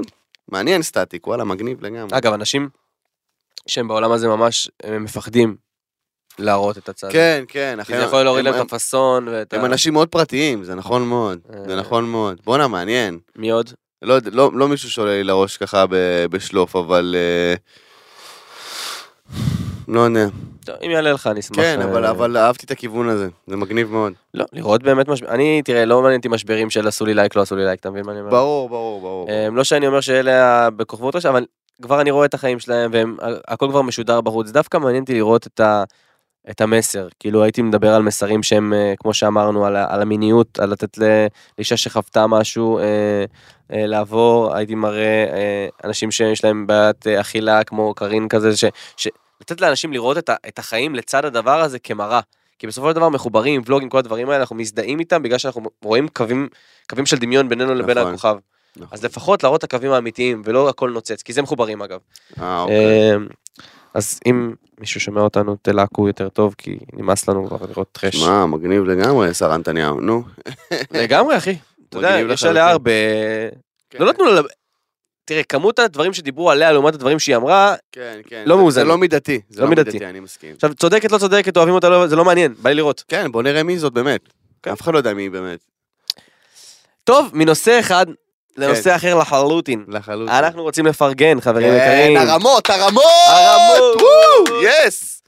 Speaker 2: מעניין סטטיק, וואלה, מגניב לגמרי.
Speaker 3: אגב, אנשים שהם בעולם הזה ממש הם מפחדים להראות את הצד. הזה.
Speaker 2: כן, כן,
Speaker 3: כי זה יכול להוריד להם את הפאסון ואת
Speaker 2: הם
Speaker 3: ה...
Speaker 2: אנשים מאוד פרטיים, זה נכון מאוד, זה
Speaker 3: אה.
Speaker 2: נכון מאוד. בואנה, מעניין.
Speaker 3: מי עוד?
Speaker 2: לא, יודע- לא, לא מישהו שעולה לי לראש ככה ב- בשלוף, אבל... אה, לא יודע.
Speaker 3: טוב, אם יעלה לך אני אשמח.
Speaker 2: כן,
Speaker 3: אה,
Speaker 2: אבל, אבל אהבתי את הכיוון הזה, זה מגניב מאוד.
Speaker 3: לא, לראות באמת משברים. אני, תראה, לא מעניין אותי משברים של עשו לי לייק, לא עשו לי לייק, אתה מבין מה אני אומר?
Speaker 2: ברור, ברור, ברור.
Speaker 3: אמ, לא שאני אומר שאלה בכוכבות ראש, אבל כבר אני רואה את החיים שלהם, והם, הכל כבר משודר בחוץ. דווקא מעניין אותי לראות את ה... את המסר, כאילו הייתי מדבר על מסרים שהם, אה, כמו שאמרנו, על, ה- על המיניות, על לתת ל- לאישה שחוותה משהו אה, אה, לעבור, הייתי מראה אה, אנשים שיש להם בעיית אה, אכילה, כמו קארין כזה, ש, ש... לתת לאנשים לראות את, ה, את החיים לצד הדבר הזה כמראה. כי בסופו של דבר מחוברים, ולוגים, כל הדברים האלה, אנחנו מזדהים איתם בגלל שאנחנו רואים קווים, קווים של דמיון בינינו לבין
Speaker 2: נכון.
Speaker 3: הכוכב.
Speaker 2: נכון.
Speaker 3: אז לפחות להראות את הקווים האמיתיים ולא הכל נוצץ, כי זה מחוברים אגב.
Speaker 2: אה, אוקיי.
Speaker 3: אמ, אז אם מישהו שומע אותנו תלהקו יותר טוב, כי נמאס לנו כבר לראות טרש.
Speaker 2: שמע, מגניב לגמרי, שר אנטניהו, נו.
Speaker 3: לגמרי אחי. אתה יודע,
Speaker 2: מגניב
Speaker 3: יש
Speaker 2: לחלוטין.
Speaker 3: עליה הרבה...
Speaker 2: כן.
Speaker 3: לא נתנו לה... תראה, כמות הדברים שדיברו עליה לעומת הדברים שהיא אמרה,
Speaker 2: כן, כן.
Speaker 3: לא
Speaker 2: זה-
Speaker 3: מאוזן.
Speaker 2: זה לא מידתי. זה
Speaker 3: לא
Speaker 2: לא מידתי,
Speaker 3: מידתי,
Speaker 2: אני מסכים.
Speaker 3: עכשיו צודקת לא צודקת, אוהבים אותה, לא- זה לא מעניין, בא לי לראות.
Speaker 2: כן, בוא נראה מי זאת באמת.
Speaker 3: כן.
Speaker 2: אף אחד לא יודע מי היא באמת.
Speaker 3: טוב, מנושא אחד לנושא אחר לחלוטין.
Speaker 2: כן. לחלוטין.
Speaker 3: אנחנו רוצים לפרגן, חברים
Speaker 2: כן,
Speaker 3: יקרים.
Speaker 2: הרמות, הרמות!
Speaker 3: הרמות!
Speaker 2: וואו, יס!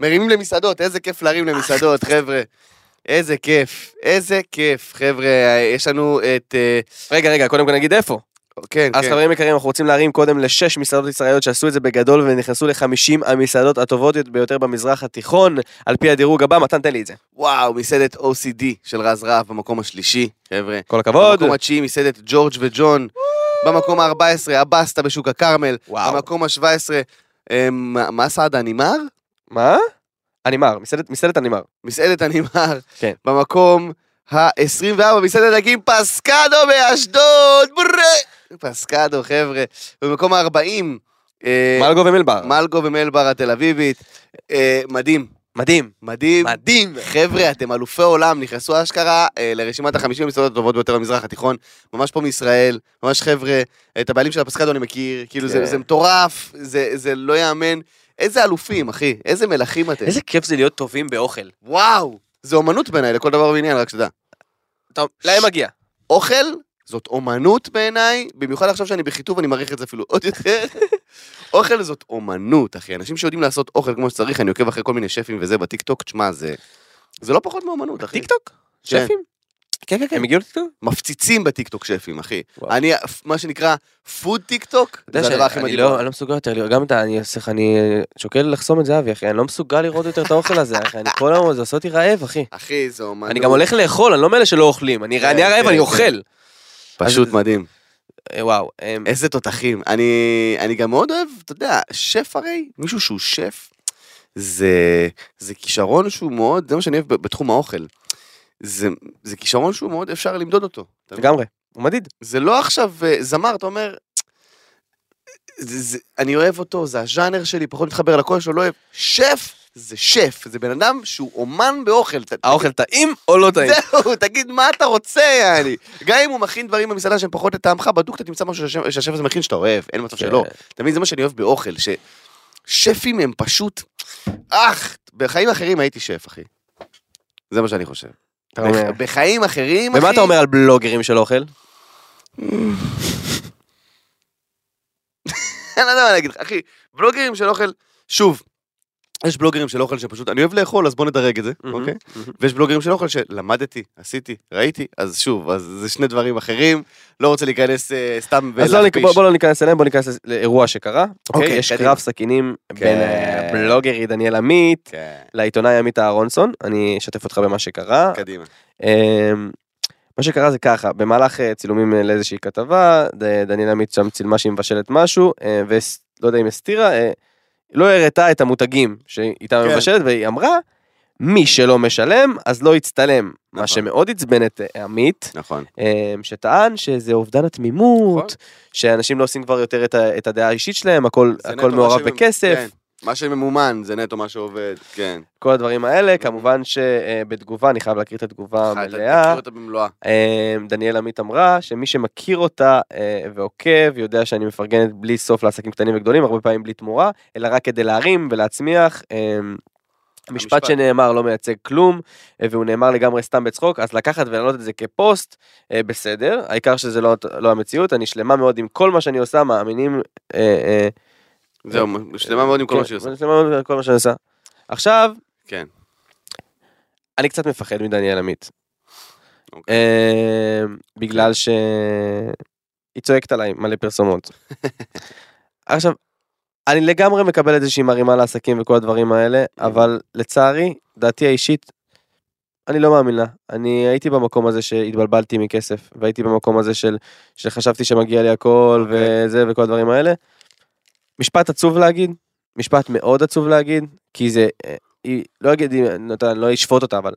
Speaker 2: מרימים למסעדות, איזה כיף להרים למסעדות,
Speaker 3: אה.
Speaker 2: חבר'ה. איזה כיף, איזה כיף, חבר'ה, יש לנו את... אה,
Speaker 3: רגע, רגע, קודם כל נגיד איפה.
Speaker 2: כן,
Speaker 3: אז
Speaker 2: כן.
Speaker 3: חברים יקרים, אנחנו רוצים להרים קודם לשש מסעדות ישראליות שעשו את זה בגדול ונכנסו לחמישים המסעדות הטובות ביותר במזרח התיכון, על פי הדירוג הבא, מתן תן לי את זה.
Speaker 2: וואו, מסעדת OCD של רז רהב במקום השלישי, חבר'ה.
Speaker 3: כל הכבוד.
Speaker 2: במקום התשיעי, מסעדת ג'ורג' וג'ון. במקום ה-14, הבסטה בשוק הכרמל.
Speaker 3: וואו.
Speaker 2: במקום ה-17, מה סעד הנימר?
Speaker 3: מה? הנימר, מסעדת- מסעדת הנימר.
Speaker 2: מסעדת הנימר.
Speaker 3: כן.
Speaker 2: במקום ה-24, מסעדת דגים פסקדו באשדוד. בורא. פסקדו, חבר'ה. במקום ה-40, אה,
Speaker 3: מלגו ומלבר.
Speaker 2: מלגו ומלבר התל אביבית. אה, מדהים,
Speaker 3: מדהים.
Speaker 2: מדהים.
Speaker 3: מדהים.
Speaker 2: חבר'ה, אתם אלופי עולם, נכנסו אשכרה אה, לרשימת החמישים המסעדות הטובות ביותר במזרח התיכון, ממש פה מישראל, ממש חבר'ה, אה, את הבעלים של הפסקדו אני מכיר, כאילו זה,
Speaker 3: כן.
Speaker 2: זה מטורף, זה, זה לא ייאמן. איזה אלופים, אחי, איזה מלכים אתם.
Speaker 3: איזה כיף זה להיות טובים באוכל.
Speaker 2: וואו! זה אומנות בעיניי לכל דבר ועניין, רק שתדע.
Speaker 3: טוב, להם מגיע.
Speaker 2: אוכל זאת אומנות בעיניי, במיוחד עכשיו שאני בחיטוב, אני מעריך את זה אפילו עוד יותר. אוכל זאת אומנות, אחי. אנשים שיודעים לעשות אוכל כמו שצריך, אני עוקב אחרי כל מיני שפים וזה בטיקטוק, תשמע, זה... זה לא פחות מאומנות, אחי.
Speaker 3: טיקטוק? שפים? כן, כן, כן. הם הגיעו לטיקטוק?
Speaker 2: מפציצים בטיקטוק שפים, אחי.
Speaker 3: וואו.
Speaker 2: אני, מה שנקרא, פוד טיקטוק,
Speaker 3: אתה
Speaker 2: זה
Speaker 3: יודע
Speaker 2: הדבר הכי
Speaker 3: שאני
Speaker 2: מדהים.
Speaker 3: לא, אני לא מסוגל יותר לראות, גם אתה, אני צריך, אני שוקל לחסום את זהבי, אחי, אני לא מסוגל לראות יותר את האוכל הזה, אחי, אני כל היום, זה עושה אותי רעב, אחי.
Speaker 2: אחי, זה אומנות.
Speaker 3: אני גם הולך לאכול, אני לא מאלה שלא לא אוכלים, אני
Speaker 2: כן,
Speaker 3: נהיה רעב,
Speaker 2: כן,
Speaker 3: אני
Speaker 2: כן.
Speaker 3: אוכל.
Speaker 2: פשוט
Speaker 3: אז-
Speaker 2: מדהים.
Speaker 3: אה, וואו, הם-
Speaker 2: איזה תותחים. אני, אני גם מאוד אוהב, אתה יודע, שף הרי, מישהו שהוא שף, זה, זה כישרון שהוא מאוד, זה מה שאני אוהב ב- בתחום האוכל. זה, זה כישרון שהוא מאוד אפשר למדוד אותו. אתה מבין?
Speaker 3: לגמרי, הוא מדיד.
Speaker 2: זה לא עכשיו אה, זמר, אתה אומר, זה, זה, אני אוהב אותו, זה הז'אנר שלי, פחות מתחבר לקול שלו, לא אוהב. שף זה שף, זה בן אדם שהוא אומן באוכל. ת-
Speaker 3: האוכל טעים או לא טעים?
Speaker 2: זהו, תגיד מה אתה רוצה, יעני. גם אם הוא מכין דברים במסעדה שהם פחות לטעמך, בדוק אתה תמצא משהו שהשף- שהשף הזה מכין שאתה אוהב, אין
Speaker 3: כן.
Speaker 2: מצב שלא.
Speaker 3: אה,
Speaker 2: אתה מבין, זה מה שאני אוהב באוכל, ששפים הם פשוט... אך, בחיים אחרים הייתי שף, אחי. זה מה שאני חושב.
Speaker 3: אתה אומר.
Speaker 2: בח- בחיים אחרים, אחי...
Speaker 3: ומה אתה אומר על בלוגרים של אוכל?
Speaker 2: אני לא יודע מה להגיד לך, אחי, בלוגרים של אוכל, שוב, יש בלוגרים של אוכל שפשוט, אני אוהב לאכול, אז בוא נדרג את זה, אוקיי? ויש בלוגרים של אוכל שלמדתי, עשיתי, ראיתי, אז שוב, אז זה שני דברים אחרים, לא רוצה להיכנס אה, סתם
Speaker 3: אז לא ניכ- בוא- בוא לא ניכנס אליהם, בוא ניכנס לאירוע שקרה. אוקיי,
Speaker 2: אוקיי,
Speaker 3: יש
Speaker 2: קדימה.
Speaker 3: קרב סכינים
Speaker 2: כן.
Speaker 3: בין אה, בלוגרי דניאל עמית
Speaker 2: כן,
Speaker 3: לעיתונאי עמית אהרונסון. אני אשתף אותך במה שקרה.
Speaker 2: קדימה.
Speaker 3: אמ, מה שקרה זה ככה, במהלך אה, צילומים אה, לאיזושהי כתבה, ד- דניאל עמית שם צילמה שהיא מבשלת משהו, אה, ולא יודע אם הסתירה, אה, לא הראתה את המותגים שאיתם היא
Speaker 2: כן.
Speaker 3: מבשלת, והיא אמרה, מי שלא משלם, אז לא יצטלם. מה
Speaker 2: נכון.
Speaker 3: שמאוד עצבן את אה, עמית,
Speaker 2: נכון.
Speaker 3: אה, שטען שזה אובדן
Speaker 2: נכון.
Speaker 3: התמימות, שאנשים לא עושים כבר יותר את ה- את הדעה האישית שלהם, הכל
Speaker 2: זה נטו
Speaker 3: הכל
Speaker 2: מה
Speaker 3: מעורב
Speaker 2: שממ-
Speaker 3: בכסף,
Speaker 2: כן, מה שממומן זה נטו מה שעובד, כן.
Speaker 3: כל הדברים האלה.
Speaker 2: נכון.
Speaker 3: כמובן שבתגובה, אני חייב להקריא את התגובה
Speaker 2: אחת,
Speaker 3: המלאה.
Speaker 2: תכיר אותה במלואה.
Speaker 3: אה, דניאל עמית אמרה שמי שמכיר אותה אה, ועוקב יודע שאני מפרגנת בלי סוף לעסקים קטנים וגדולים הרבה פעמים בלי תמורה אלא רק כדי להרים ולהצמיח. אה, המשפט
Speaker 2: המשפט.
Speaker 3: שנאמר לא מייצג כלום אה, והוא נאמר לגמרי סתם בצחוק אז לקחת ולהעלות את זה כפוסט אה, בסדר העיקר שזה לא, לא המציאות אני שלמה מאוד עם כל מה שאני עושה מאמינים. אה, אה,
Speaker 2: זהו, שלמה מאוד עם כל מה שהיא עושה.
Speaker 3: כן, שלמה מאוד עם כל מה שאני עושה. עכשיו
Speaker 2: כן.
Speaker 3: אני קצת מפחד מדניאל עמית.
Speaker 2: אוקיי. כן.
Speaker 3: אה, בגלל שהיא צועקת עליי מלא פרסומות. עכשיו, אני לגמרי מקבל את זה שהיא מרימה לעסקים וכל הדברים האלה,
Speaker 2: כן.
Speaker 3: אבל לצערי, דעתי האישית, אני לא מאמין לה. אני הייתי במקום הזה שהתבלבלתי מכסף, והייתי במקום הזה של, שחשבתי שמגיע לי הכל
Speaker 2: אוקיי.
Speaker 3: וזה וכל הדברים האלה. משפט עצוב להגיד, משפט מאוד עצוב להגיד, כי זה, אה, היא, לא אגיד, אם- אתה- אני לא אשפוט אותה, אבל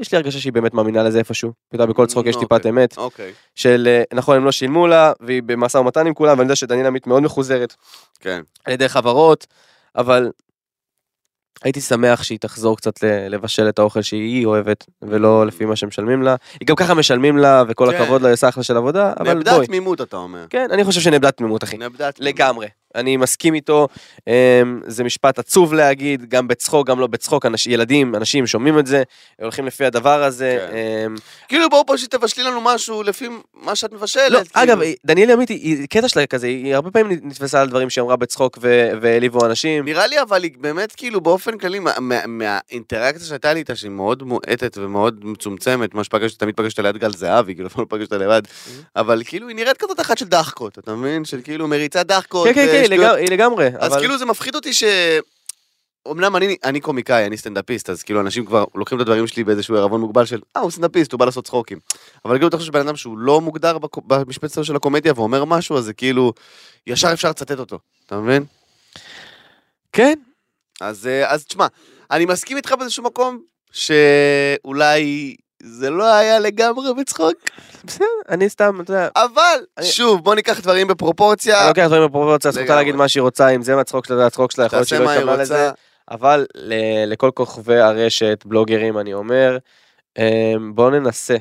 Speaker 3: יש לי הרגשה שהיא באמת מאמינה לזה איפשהו. אתה יודע, בכל צחוק יש טיפת
Speaker 2: אוקיי.
Speaker 3: אמת.
Speaker 2: אוקיי,
Speaker 3: של אה, נכון הם לא שילמו לה והיא במשא ומתן עם כולם ואני יודע שדניאל עמית מאוד מחוזרת
Speaker 2: כן.
Speaker 3: על ידי חברות אבל הייתי שמח שהיא תחזור קצת ל- לבשל את האוכל שהיא אוהבת ולא לפי מה שמשלמים לה היא גם ככה משלמים לה וכל
Speaker 2: Mm. כן.
Speaker 3: הכבוד לה היא עושה אחלה של עבודה אבל
Speaker 2: נאבדה
Speaker 3: בואי
Speaker 2: תמימות, אתה אומר.
Speaker 3: כן אני חושב שנאבדה תמימות אחי
Speaker 2: נאבדה תמימות.
Speaker 3: לגמרי אני מסכים איתו אמ, זה משפט עצוב להגיד גם בצחוק גם לא בצחוק אנש, ילדים אנשים שומעים את זה הולכים לפי הדבר הזה.
Speaker 2: כן.
Speaker 3: אמ,
Speaker 2: כאילו בואו פשוט תבשלי לנו משהו לפי מה שאת מבשלת.
Speaker 3: לא,
Speaker 2: כאילו.
Speaker 3: אגב, היא- דניאל ימית, היא- היא- קטע שלה כזה, היא הרבה פעמים נתפסה על דברים שהיא אמרה בצחוק ו- והעליבו אנשים.
Speaker 2: נראה לי אבל היא באמת כאילו באופן כללי מה- מה- מהאינטראקציה שהייתה לי איתה שהיא מאוד מועטת ומאוד מצומצמת מה שפגשתי תמיד פגשת ליד גל זהבי כאילו אף פעם לא פגשת לבד אבל כאילו היא נראית כזאת אחת של דחקות אתה מבין של כאילו מריצה דחקות.
Speaker 3: כן, כן, כן, היא
Speaker 2: ושטויות.
Speaker 3: לגמרי- היא לגמרי.
Speaker 2: אז
Speaker 3: אבל-
Speaker 2: כאילו זה מפחיד אותי ש... אמנם אני, אני קומיקאי, אני סטנדאפיסט, אז כאילו אנשים כבר לוקחים את הדברים שלי באיזשהו ערבון מוגבל של אה, הוא סטנדאפיסט, הוא בא לעשות צחוקים. אבל כאילו אתה חושב שבן אדם שהוא לא מוגדר בקו- במשבצת של הקומדיה ואומר משהו, אז זה כאילו, ישר אפשר לצטט אותו, אתה מבין?
Speaker 3: כן,
Speaker 2: אז, אה, אז תשמע, אני מסכים איתך באיזשהו מקום, שאולי זה לא היה לגמרי בצחוק,
Speaker 3: בסדר, אני סתם, אתה יודע,
Speaker 2: אבל
Speaker 3: אני-
Speaker 2: שוב, בוא ניקח דברים
Speaker 3: אני לא
Speaker 2: בפרופורציה,
Speaker 3: לוקח דברים בפרופורציה, זכותה
Speaker 2: לגמרי.
Speaker 3: להגיד מה שהיא רוצה, אם זה מהצחוק שלה, זה הצחוק שלה, יכול להיות
Speaker 2: תעשה
Speaker 3: שלא
Speaker 2: מה היא
Speaker 3: התקבלה לזה.
Speaker 2: רוצה.
Speaker 3: אבל ל- לכל כוכבי הרשת, בלוגרים, אני אומר, אמ, בואו ננסה.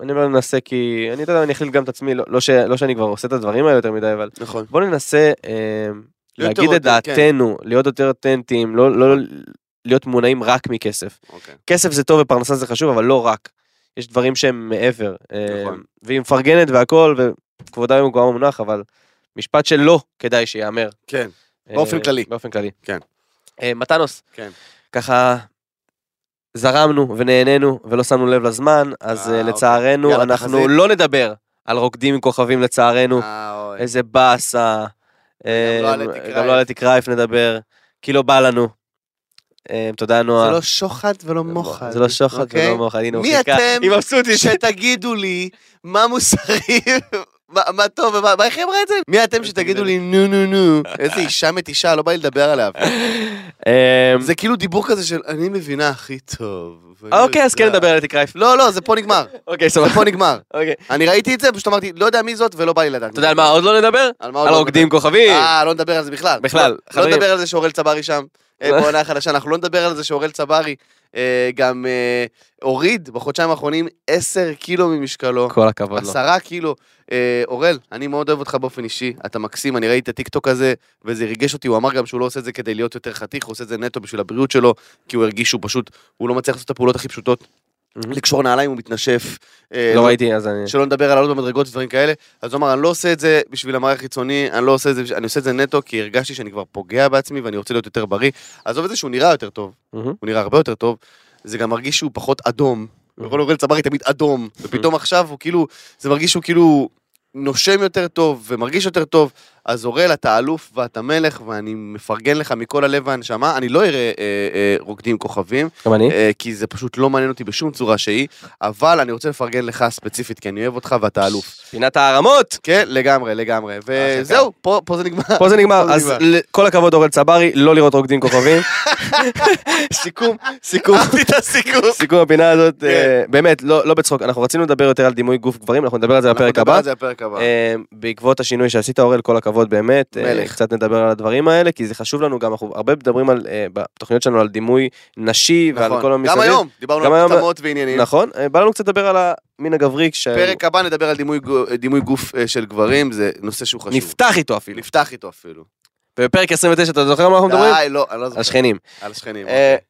Speaker 3: אני אומר ננסה כי, אני אתה יודע, אני אחליט גם את עצמי, לא- לא ש- לא שאני כבר עושה את הדברים האלה יותר מדי, אבל
Speaker 2: נכון.
Speaker 3: בואו ננסה אמ,
Speaker 2: להיות
Speaker 3: להגיד את
Speaker 2: יותר אותנטי, כן.
Speaker 3: דעתנו, להיות יותר אותנטיים, לא- לא להיות מונעים רק מכסף.
Speaker 2: אוקיי.
Speaker 3: כסף זה טוב ופרנסה זה חשוב, אבל לא רק. יש דברים שהם מעבר. אמ,
Speaker 2: נכון.
Speaker 3: והיא מפרגנת והכל, וכבודה במקומה מונח, אבל משפט שלא כדאי שייאמר.
Speaker 2: כן.
Speaker 3: אה,
Speaker 2: באופן כללי.
Speaker 3: באופן כללי.
Speaker 2: כן.
Speaker 3: אה, מתנוס.
Speaker 2: כן.
Speaker 3: ככה זרמנו ונהנינו ולא שמנו לב לזמן, אז
Speaker 2: אה,
Speaker 3: אה,
Speaker 2: אוקיי.
Speaker 3: לצערנו
Speaker 2: יאללה,
Speaker 3: אנחנו
Speaker 2: תחזית.
Speaker 3: לא נדבר על רוקדים עם כוכבים לצערנו.
Speaker 2: אה, אוי.
Speaker 3: איזה באסה.
Speaker 2: וגם לא
Speaker 3: אה,
Speaker 2: על אתי
Speaker 3: גם לא על
Speaker 2: קרייף.
Speaker 3: אתי קרייף נדבר, כי לא בא לנו. אה, תודה נועה.
Speaker 2: זה לא שוחד ולא מוחד.
Speaker 3: זה לא שוחד
Speaker 2: אוקיי?
Speaker 3: ולא מוחד, הנה הוא
Speaker 2: מי
Speaker 3: חיכה.
Speaker 2: אתם
Speaker 3: היא מבסוטית.
Speaker 2: שתגידו לי מה מוסרי מה- מה טוב ומה, מה, איך היא אמרה את זה? מי אתם שתגידו לי נו נו נו? איזה אישה מתישה, לא בא לי לדבר עליו.
Speaker 3: אמ,
Speaker 2: זה כאילו דיבור כזה של אני מבינה הכי טוב. ואני לא
Speaker 3: אוקיי, אז כן
Speaker 2: יודעת."
Speaker 3: נדבר על אתי קרייף.
Speaker 2: לא, לא, זה פה נגמר.
Speaker 3: אוקיי,
Speaker 2: זה
Speaker 3: סבבה.
Speaker 2: פה נגמר.
Speaker 3: אוקיי.
Speaker 2: אני ראיתי את זה, פשוט אמרתי, לא יודע מי זאת ולא בא לי לדעת.
Speaker 3: אתה יודע על מה עוד לא נדבר?
Speaker 2: על מה עוד
Speaker 3: על
Speaker 2: לא
Speaker 3: רוקדים כוכבים.
Speaker 2: אה, לא נדבר על זה בכלל.
Speaker 3: בכלל,
Speaker 2: לא- לא
Speaker 3: חברים.
Speaker 2: נדבר על זה שאורל צברי שם. אה, בעונה חדשה, אנחנו לא נדבר על זה שאורל צברי אה, גם אה, הוריד בחודשיים האחרונים 10 קילו ממשקלו.
Speaker 3: כל הכבוד לו.
Speaker 2: עשרה קילו. אה, אורל, אני מאוד אוהב אותך באופן אישי, אתה מקסים, אני ראיתי את הטיקטוק הזה, וזה ריגש אותי, הוא אמר גם שהוא לא עושה את זה כדי להיות יותר חתיך, הוא עושה את זה נטו בשביל הבריאות שלו, כי הוא הרגיש שהוא פשוט, הוא לא מצליח לעשות את הפעולות הכי פשוטות.
Speaker 3: מהמם.
Speaker 2: לקשור נעליים הוא מתנשף. אה,
Speaker 3: לא ראיתי, אז אני...
Speaker 2: שלא נדבר על עלות במדרגות ודברים כאלה. אז הוא אמר, אני לא עושה את זה בשביל המערך החיצוני, אני לא עושה את זה, בשביל- אני עושה את זה נטו כי הרגשתי שאני כבר פוגע בעצמי ואני רוצה להיות יותר בריא. עזוב את זה שהוא נראה יותר טוב,
Speaker 3: מהמם.
Speaker 2: הוא נראה הרבה יותר טוב, זה גם מרגיש שהוא פחות אדום.
Speaker 3: Mm.
Speaker 2: בכל אורל צברי תמיד אדום,
Speaker 3: Mm-hmm.
Speaker 2: ופתאום עכשיו הוא כאילו, זה מרגיש שהוא כאילו נושם יותר טוב ומרגיש יותר טוב. אז אורל, אתה אלוף ואתה מלך, ואני מפרגן לך מכל הלב והנשמה. אני לא אראה אה, אה, רוקדים כוכבים,
Speaker 3: גם אני?
Speaker 2: אה, כי זה פשוט לא מעניין אותי בשום צורה שהיא, אבל אני רוצה לפרגן לך ספציפית, כי אני אוהב אותך ואתה אלוף.
Speaker 3: פינת הערמות!
Speaker 2: כן, לגמרי, לגמרי. וזהו, פה פה זה נגמר.
Speaker 3: אה, כן, פה זה נגמר,
Speaker 2: פה זה
Speaker 3: אז
Speaker 2: נגמר.
Speaker 3: ל- כל הכבוד אורל צברי, לא לראות רוקדים כוכבים. סיכום, סיכום.
Speaker 2: אהבתי את הסיכום.
Speaker 3: סיכום הפינה הזאת,
Speaker 2: כן.
Speaker 3: אה, באמת, לא לא בצחוק, אנחנו רצינו לדבר יותר על דימוי גוף גברים, אנחנו נדבר על זה
Speaker 2: אנחנו
Speaker 3: בפרק
Speaker 2: נדבר
Speaker 3: הבא.
Speaker 2: על לא, זה בפרק הבא.
Speaker 3: אה, בעקבות השינוי שעשית אורל, כל הכבוד באמת. אה,
Speaker 2: מלך.
Speaker 3: קצת נדבר על הדברים האלה, כי זה חשוב לנו גם, אנחנו הרבה מדברים על, אה, בתוכניות שלנו על דימוי נשי ועל כל
Speaker 2: נכון. גם
Speaker 3: המסביב.
Speaker 2: היום, דיברנו
Speaker 3: גם
Speaker 2: על
Speaker 3: היום-
Speaker 2: פטמות ועניינים.
Speaker 3: נכון, אה, בא לנו קצת לדבר על המין הגברי,
Speaker 2: פרק הבא נדבר על דימוי גו- דימוי גוף אה, של גברים, זה נושא שהוא חשוב.
Speaker 3: שנפתח איתו אפילו.
Speaker 2: נפתח איתו אפילו.
Speaker 3: ובפרק 29, אתה זוכר על מה אנחנו מדברים?
Speaker 2: די, לא, אני לא זוכר.
Speaker 3: על שכנים.
Speaker 2: על השכנים.
Speaker 3: אה,
Speaker 2: אוקיי.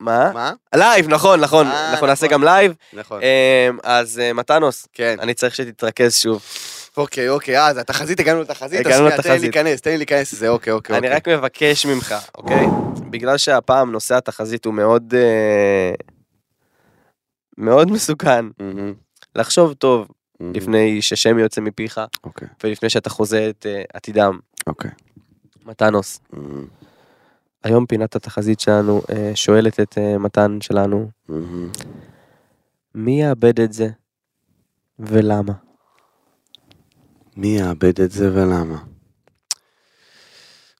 Speaker 3: מה?
Speaker 2: מה?
Speaker 3: לייב, נכון, נכון,
Speaker 2: אה,
Speaker 3: אנחנו נעשה
Speaker 2: נכון.
Speaker 3: גם לייב.
Speaker 2: נכון.
Speaker 3: אה, אז אה, מתנוס,
Speaker 2: כן.
Speaker 3: אני צריך שתתרכז שוב.
Speaker 2: אוקיי, אוקיי, אה, אז התחזית, הגענו לתחזית, אז
Speaker 3: הגענו
Speaker 2: שנייה, תן לי
Speaker 3: לתחזית.
Speaker 2: להיכנס, תן לי להיכנס לזה, אוקיי, אוקיי.
Speaker 3: אני
Speaker 2: אוקיי.
Speaker 3: רק מבקש ממך, אוקיי? בגלל שהפעם נושא התחזית הוא מאוד... אה, מאוד מסוכן.
Speaker 2: מהמם,
Speaker 3: לחשוב טוב
Speaker 2: מהמם.
Speaker 3: לפני ששם יוצא מפיך
Speaker 2: אוקיי,
Speaker 3: ולפני שאתה חוזה את אה, עתידם.
Speaker 2: אוקיי.
Speaker 3: מתנוס,
Speaker 2: מהמם,
Speaker 3: היום פינת התחזית שלנו אה, שואלת את אה, מתן שלנו,
Speaker 2: מהמם.
Speaker 3: מי יאבד את זה ולמה?
Speaker 2: מי יאבד את זה ולמה?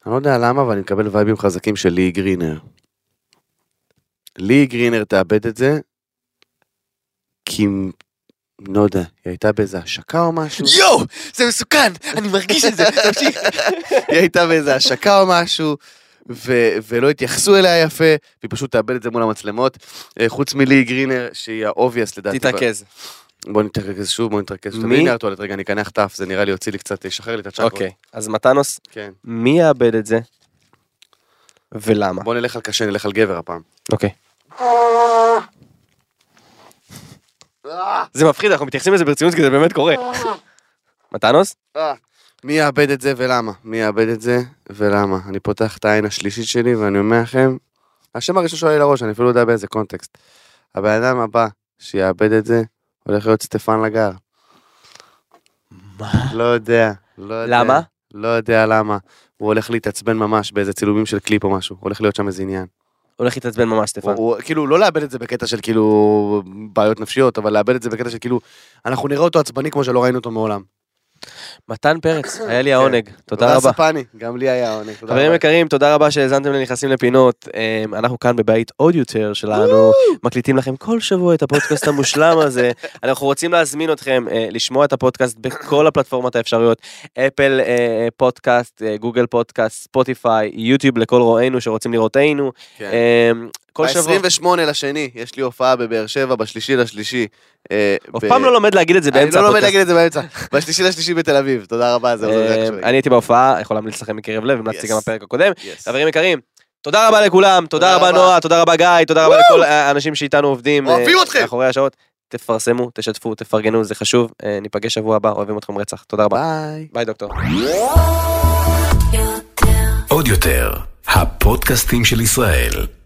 Speaker 2: אני לא יודע למה, אבל אני מקבל וייבים חזקים של לי גרינר. לי גרינר תאבד את זה, כי... לא יודע, היא הייתה באיזה השקה או משהו?
Speaker 4: יואו, זה מסוכן, אני מרגיש את זה, תמשיך.
Speaker 2: היא הייתה באיזה השקה או משהו, ו- ולא התייחסו אליה יפה, והיא פשוט תאבד את זה מול המצלמות. אה, חוץ מלי גרינר, שהיא ה-obvious לדעתי.
Speaker 3: תתרכז.
Speaker 2: בוא נתרכז שוב, בוא נתרכז שוב.
Speaker 3: מי?
Speaker 2: מי? רגע, אני אקנח תף, זה נראה לי יוציא לי קצת, ישחרר לי את הצ'קרות.
Speaker 3: אוקיי, אז מתנוס,
Speaker 2: כן.
Speaker 3: מי יאבד את זה ולמה?
Speaker 2: בוא נלך על קשה, נלך על גבר הפעם.
Speaker 3: אוקיי. זה מפחיד, אנחנו מתייחסים לזה ברצינות כי זה באמת קורה. מתנוס?
Speaker 2: אה, מי יאבד את זה ולמה? מי יאבד את זה ולמה? אני פותח את העין השלישית שלי ואני אומר לכם, השם הראשון שעולה לי לראש, אני אפילו לא יודע באיזה קונטקסט. הבן אדם הבא שיאבד את זה, הולך להיות סטפן לגר.
Speaker 3: מה?
Speaker 2: לא יודע. לא יודע.
Speaker 3: למה?
Speaker 2: לא יודע למה. הוא הולך להתעצבן ממש באיזה צילומים של קליפ או משהו. הולך להיות שם איזה עניין.
Speaker 3: הולך להתעצבן ממש, סטפן.
Speaker 2: הוא, הוא, כאילו, לא לאבד את זה בקטע של כאילו בעיות נפשיות, אבל לאבד את זה בקטע של כאילו, אנחנו נראה אותו עצבני כמו שלא ראינו אותו מעולם.
Speaker 3: מתן פרץ, היה לי העונג, כן. תודה רבה.
Speaker 2: ספני, גם לי היה עונג. תודה
Speaker 3: חברים
Speaker 2: רבה.
Speaker 3: יקרים, תודה רבה שהאזנתם לנכנסים לפינות. אמ, אנחנו כאן בבית עוד יותר שלנו, מקליטים לכם כל שבוע את הפודקאסט המושלם הזה. אנחנו רוצים להזמין אתכם אה, לשמוע את הפודקאסט בכל הפלטפורמות האפשריות, אפל אה, פודקאסט, אה, גוגל פודקאסט, ספוטיפיי, יוטיוב לכל רואינו שרוצים לראותנו.
Speaker 2: כן.
Speaker 3: אמ, כל שבוע.
Speaker 2: ב-28 לשני, יש לי הופעה בבאר שבע, בשלישי לשלישי. אה,
Speaker 3: אף
Speaker 2: ב-
Speaker 3: פעם לא לומד להגיד את זה
Speaker 2: אני
Speaker 3: באמצע
Speaker 2: לא לומד
Speaker 3: הפודקאסט.
Speaker 2: להגיד את זה באמצע. בשלישי לשלישי בתל אביב, תודה רבה, זהו, זה היה
Speaker 3: אמ,
Speaker 2: קשור.
Speaker 3: אני הייתי בהופעה, יכול להמליץ לכם מקרב לב, המלצתי
Speaker 2: Yes.
Speaker 3: גם בפרק הקודם.
Speaker 2: Yes.
Speaker 3: חברים יקרים, תודה רבה לכולם, תודה
Speaker 2: תודה
Speaker 3: רבה
Speaker 2: רבה.
Speaker 3: נועה, תודה רבה גיא, תודה רבה לכל האנשים שאיתנו עובדים.
Speaker 2: אוהבים
Speaker 3: אה,
Speaker 2: אתכם.
Speaker 3: מאחורי השעות. תפרסמו, תשתפו, תפרגנו, זה חשוב. אה, ניפגש שבוע הבא, אוהבים אתכם רצח. תודה רבה.
Speaker 2: ביי.
Speaker 3: ביי דוקטור.
Speaker 1: עוד יותר, הפודקאסטים של ישראל.